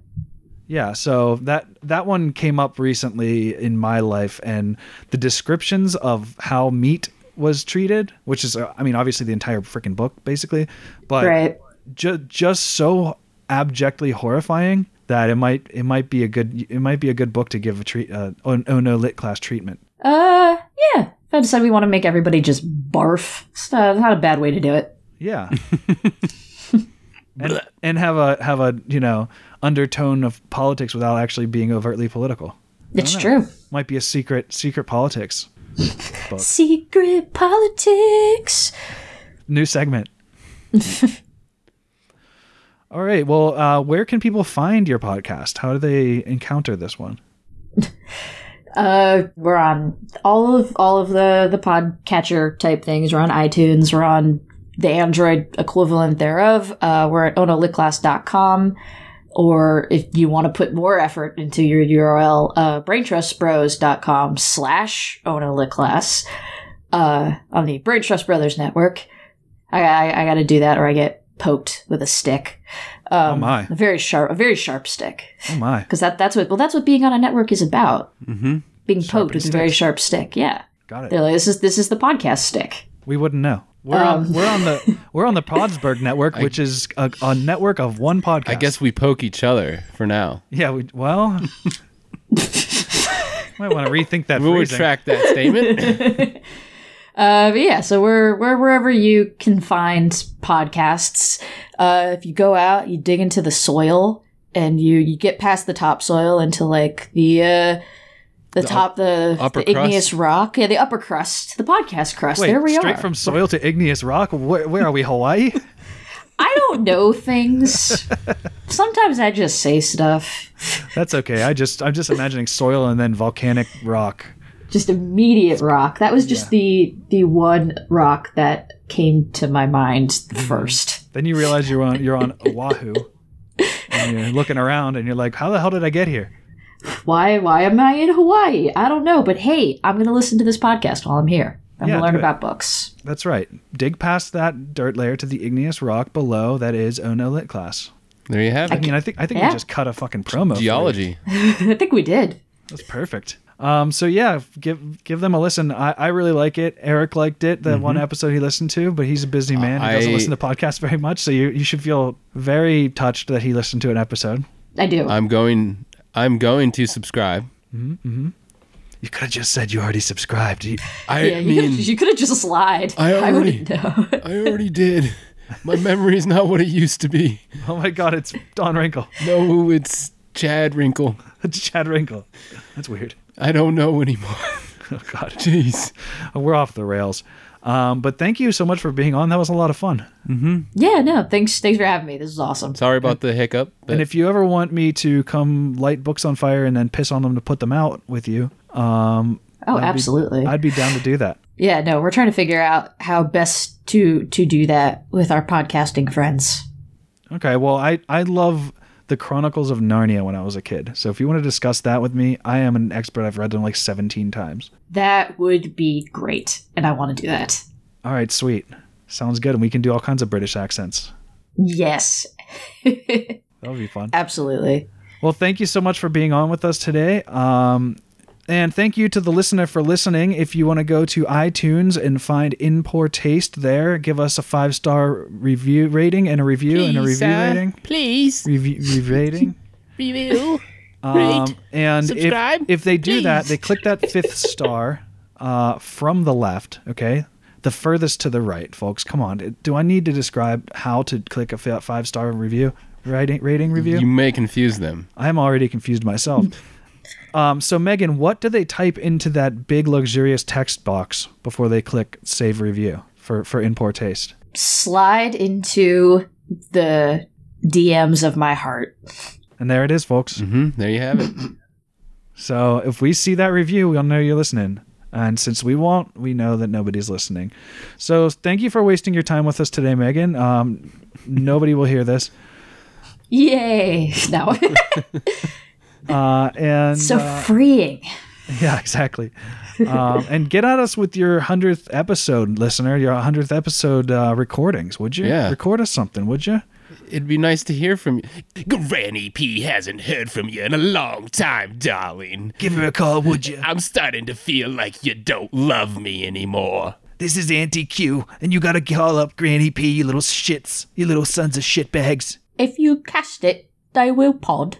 Yeah, so that that one came up recently in my life, and the descriptions of how meat was treated, which is, uh, I mean, obviously the entire freaking book, basically, but Right. ju- just so abjectly horrifying that it might it might be a good it might be a good book to give a treat uh, oh, oh no lit class treatment. Uh, yeah. If I decide we want to make everybody just barf, it's not, not a bad way to do it. Yeah. and, and have a have a you know undertone of politics without actually being overtly political. I It's don't know. true. Might be a secret secret politics. book. Secret politics. New segment. All right. Well, uh, where can people find your podcast? How do they encounter this one? Uh, we're on all of all of the the podcatcher type things. We're on iTunes. We're on the Android equivalent theref. Uh, we're at onolitclass.com. Or if you want to put more effort into your URL, uh, braintrustbros.com slash onolitclass uh, on the Brain Trust Brothers Network. I, I, I got to do that or I get poked with a stick. Um, Oh, my. A very sharp, a very sharp stick. Oh my. Because that, that's what well, that's what being on a network is about Mm-hmm. being poked with a very sharp stick. Yeah, Got it. They're like, this is this is the podcast stick. We wouldn't know. We're on Um. we're on the we're on the Podsberg network, which is a, a network of one podcast. I guess we poke each other for now. Yeah. We, well, might want to rethink that. We'll phrasing. retract that statement. Uh, but yeah, so we're we're wherever you can find podcasts. Uh, if you go out, you dig into the soil and you you get past the topsoil into like the uh, the, The top the, upper the igneous crust? rock, yeah, the upper crust, the podcast crust. Wait, there we straight are. from soil to igneous rock. Where, where are we? Hawaii. I don't know things. Sometimes I just say stuff. That's okay. I just I'm just imagining soil and then volcanic rock. just immediate rock. That was just the the one rock that came to my mind first. Then you realize you're on you're on Oahu, and you're looking around and you're like, how the hell did I get here? Why why am I in Hawaii? I don't know, but hey, I'm going to listen to this podcast while I'm here. and Yeah, we'll learn do it. about books. That's right. Dig past that dirt layer to the igneous rock below that is Ono Lit class. There you have I it. mean, I think I think Yeah. we just cut a fucking promo. for you. Geology. I think we did. That's perfect. Um, so yeah, give give them a listen. I, I really like it. Eric liked it, the one episode he listened to, but he's a busy man. He doesn't I- listen to podcasts very much, so you, you should feel very touched that he listened to an episode. I do. I'm going. I'm going to subscribe. Mm-hmm. You could have just said you already subscribed. You- I yeah, you mean, could've- you could have just lied. I already. wouldn't know. I already did. My memory is not what it used to be. Oh my god, it's Don Wrinkle. No, it's Chad Wrinkle. It's Chad Wrinkle. That's weird. I don't know anymore. Oh god, jeez, we're off the rails. Um, but thank you so much for being on. That was a lot of fun. Mm-hmm. Yeah, no. Thanks, thanks for having me. This is awesome. Sorry about the hiccup. And if you ever want me to come light books on fire and then piss on them to put them out with you, um, Oh, I'd be- absolutely. I'd be down to do that. Yeah, no. We're trying to figure out how best to to do that with our podcasting friends. Okay, well, I I love the Chronicles of Narnia when I was a kid. So if you want to discuss that with me, I am an expert. I've read them like 17 times. That would be great, and I want to do that. All right, sweet. Sounds good, and we can do all kinds of British accents. Yes, That would be fun. absolutely. Well, thank you so much for being on with us today. Um, and thank you to the listener for listening. If you want to go to iTunes and find In Poor Taste there, give us a five star review rating and a review and a Please, review uh, rating. Please. Review, review rating. Review. Um, and subscribe, if, if they do that, please. they click that fifth star uh, from the left, okay? The furthest to the right, folks. Come on. Do I need to describe how to click a five star review? Rating, rating review? You may confuse them. I'm already confused myself. um, so, Megan, what do they type into that big luxurious text box before they click save review for, for in poor taste? Slide into the DMs of my heart. And there it is, folks. Mm-hmm. There you have it. So if we see that review, we'll know you're listening. And since we won't, we know that nobody's listening. So thank you for wasting your time with us today, Megan. Um, nobody will hear this. Yay! No, Uh, and so uh, freeing. yeah, exactly. Um, and get at us with your hundredth episode, listener. Your hundredth episode uh, recordings, would you? Yeah. Record us something, would you? It'd be nice to hear from you. Granny P hasn't heard from you in a long time, darling. Give her a call, would you? I'm starting to feel like you don't love me anymore. This is Auntie Q, and you gotta call up Granny P, you little shits, you little sons of shitbags. If you cast it, they will pod.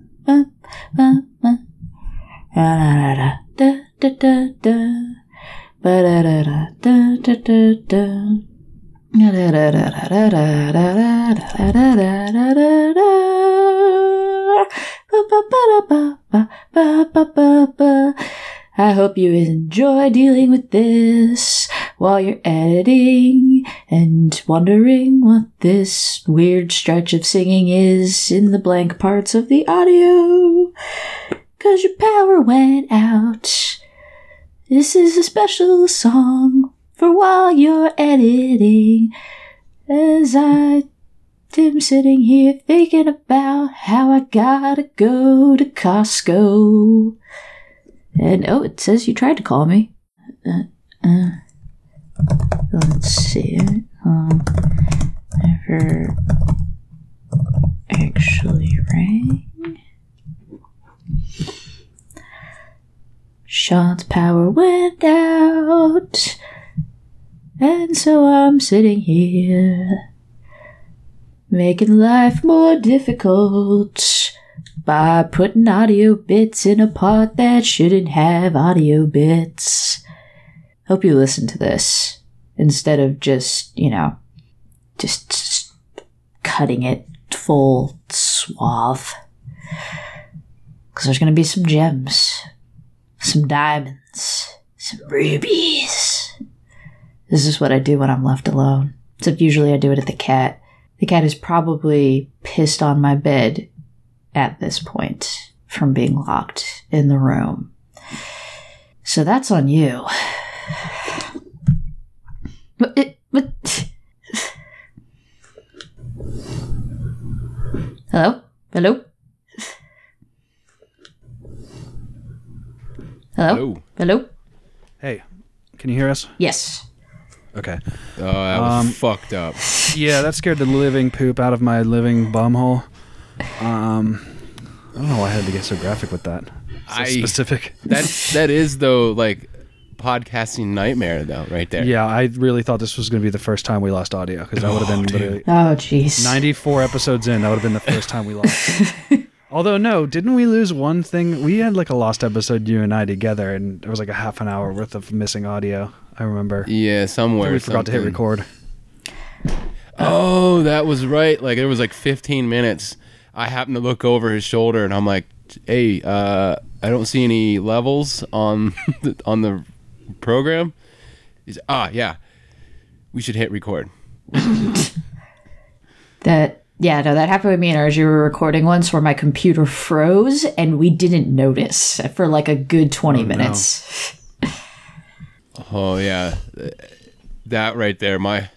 I hope you enjoy dealing with this while you're editing and wondering what this weird stretch of singing is in the blank parts of the audio. Cause your power went out. This is a special song for while you're editing. As I am sitting here thinking about how I gotta go to Costco. And oh, it says you tried to call me. Uh, uh, let's see. Um, never actually rang. Sean's power went out, and so I'm sitting here making life more difficult by putting audio bits in a part that shouldn't have audio bits. Hope you listen to this instead of just, you know, just s- cutting it full swath. Because there's going to be some gems, some diamonds, some rubies. This is what I do when I'm left alone. Except usually I do it at the cat. The cat is probably pissed on my bed at this point from being locked in the room. So that's on you. But it, but Hello? Hello? Hello? Hello. Hello? Hey, can you hear us? Yes. Okay. Oh, that was Um, fucked up. Yeah, that scared the living poop out of my living bumhole. Um, I don't know why I had to get so graphic with that. So I- specific. That that is though like podcasting nightmare though right there. Yeah, I really thought this was going to be the first time we lost audio because that would have been literally Oh, jeez. 94 episodes in. That would have been the first time we lost. Although no, didn't we lose one thing? We had like a lost episode, you and I together, and it was like a half an hour worth of missing audio. I remember. Yeah, somewhere we forgot to hit something. record. Oh, that was right. Like it was like 15 minutes. I happened to look over his shoulder and I'm like, "Hey, uh, I don't see any levels on the, on the program." He's ah yeah, we should hit record. That yeah, no, that happened with me and ours. We were recording once where my computer froze and we didn't notice for like a good twenty minutes. Oh yeah, that right there. My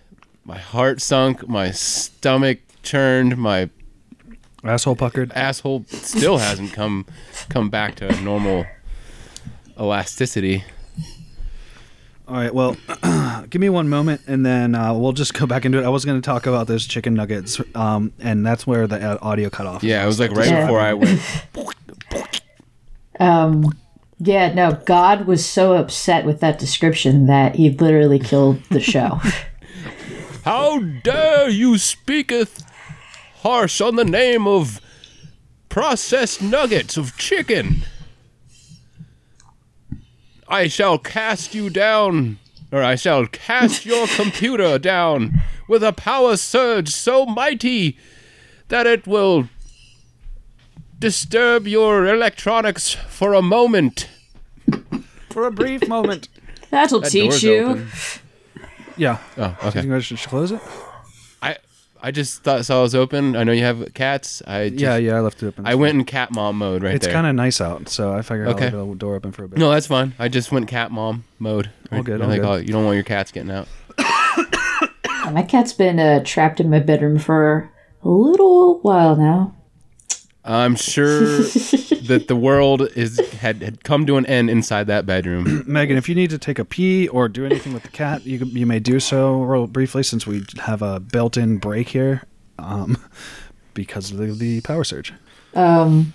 my heart sunk. My stomach churned. My asshole puckered. Asshole still hasn't come come back to normal elasticity. All right. Well, give me one moment, and then uh, we'll just go back into it. I was going to talk about those chicken nuggets, um, and that's where the uh, audio cut off. Yeah, it was like right Yeah. before I went. Um yeah, no, God was so upset with that description that he literally killed the show. How dare you speaketh harsh on the name of processed nuggets of chicken? I shall cast you down, or I shall cast your computer down with a power surge so mighty that it will disturb your electronics for a moment. For a brief moment. That'll That teach door's you. open. Yeah. Oh, Do you okay. think I should close it? I I just thought saw it was open. I know you have cats. I just, Yeah, yeah, I left it open. I went in cat mom mode right it's there. kind of nice out, so I figured Okay. I'll leave the door open for a bit. no, that's fine. I just went cat mom mode. All good, You know, all they good. call it- you don't want your cats getting out. My cat's been uh, trapped in my bedroom for a little while now. I'm sure that the world is had, had come to an end inside that bedroom. Megan, if you need to take a pee or do anything with the cat, you, can- you may do so real briefly since we have a built in break here um, because of the, the power surge. Um,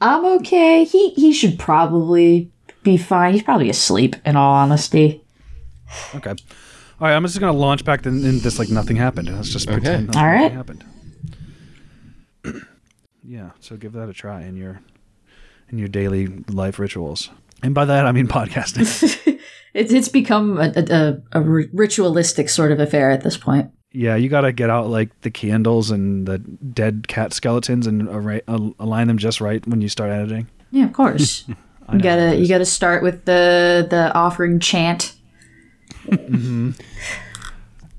I'm okay. He he should probably be fine. He's probably asleep. In all honesty. Okay. All right, I'm just going to launch back in, in this like nothing happened. Let's just pretend nothing All right. happened. Yeah, so give that a try in your in your daily life rituals. And by that, I mean podcasting. It's it's become a a, a, a ritualistic sort of affair at this point. yeah, you got to get out like the candles and the dead cat skeletons and array, al- align them just right when you start editing. Yeah, of course. I you know. gotta you gotta start with the the offering chant. Mm-hmm.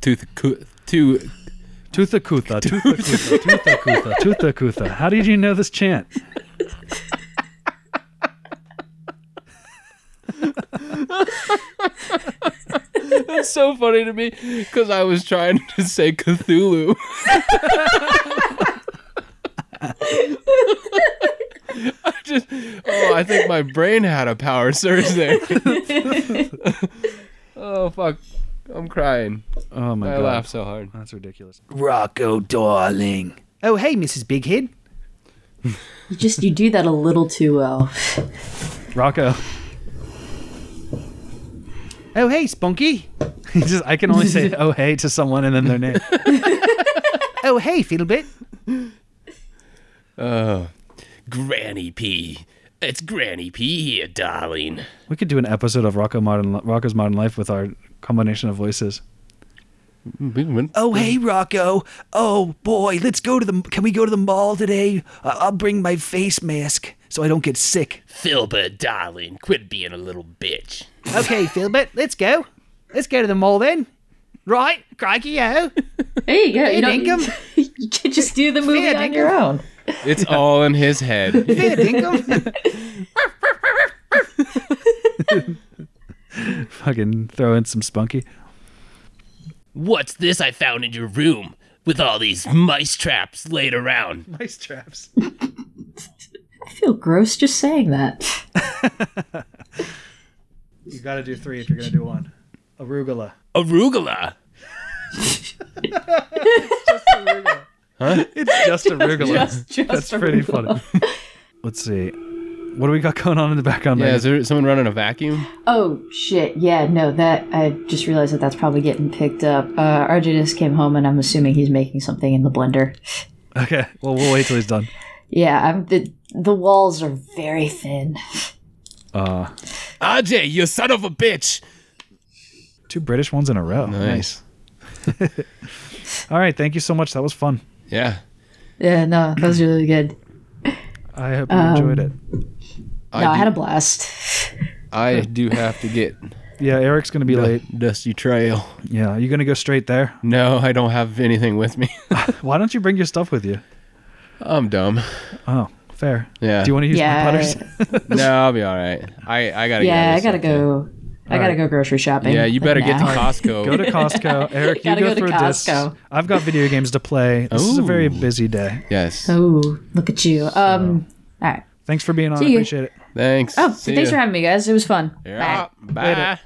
Tooth, coo- tooth, Toothakutha, Toothakutha, Toothakutha, Toothakutha. How did you know this chant? That's so funny to me because I was trying to say Cthulhu. I just, oh, I think my brain had a power surge there. oh fuck, I'm crying. Oh my I God. laugh so hard. That's ridiculous. Rocco, darling. Oh, hey, Mrs. Bighead. You just you do that a little too well. Rocco. Oh, hey, Spunky. He just I can only say oh hey to someone and then their name. oh, hey, Fiddlebit. Oh, Granny P. It's Granny P here, darling. we could do an episode of Rocco Modern Rocco's Modern Life with our combination of voices. Oh, hey, Rocco. Oh, boy, let's go to the. Can we go to the mall today? Uh, I'll bring my face mask so I don't get sick. Philbert, darling, quit being a little bitch. Okay, Philbert, let's go. Let's go to the mall then. Right, crikey, yo. There you go. Fair You don't- dinkum. You can just do the movie Fair on dinkum. your own. It's all in his head. Fair dinkum. Fucking throw in some spunky. What's this I found in your room with all these mice traps laid around? Mice traps. I feel gross just saying that. You gotta do three if you're gonna do one. Arugula. Arugula. Huh? It's just arugula. Just- just That's pretty arugula. funny. Let's see. What do we got going on in the background? Yeah, Megan? is there someone running a vacuum? Oh shit! Yeah, no, that I just realized that that's probably getting picked up. Uh, RJ just came home, and I'm assuming he's making something in the blender. Okay. Well, we'll wait till he's done. Yeah, I'm the the walls are very thin. Uh, RJ, you son of a bitch. two British ones in a row. Nice. All right. Thank you so much. That was fun. Yeah. Yeah, no, that was really good. I hope you Um, enjoyed it. no, I do- had a blast. I do have to get Yeah, Eric's gonna be late. Dusty Trail. Yeah, you gonna go straight there? No, I don't have anything with me. Why don't you bring your stuff with you? I'm dumb. Oh, fair. Yeah. Do you want to use Yeah. my putters? no, I'll be all right. I Oh, I gotta. yeah, get I gotta go. I gotta Alright. go grocery shopping. Yeah, you like, better get to now. Costco. Go to Costco, Eric. You Gotta go, go to through this. Costco. I've got video games to play. This is a very Ooh. busy day. Yes. Oh, look at you. Um, all right. Thanks for being on. I See you. appreciate it. Thanks. Oh, See thanks ya. for having me, guys. It was fun. Yeah. Bye. Later.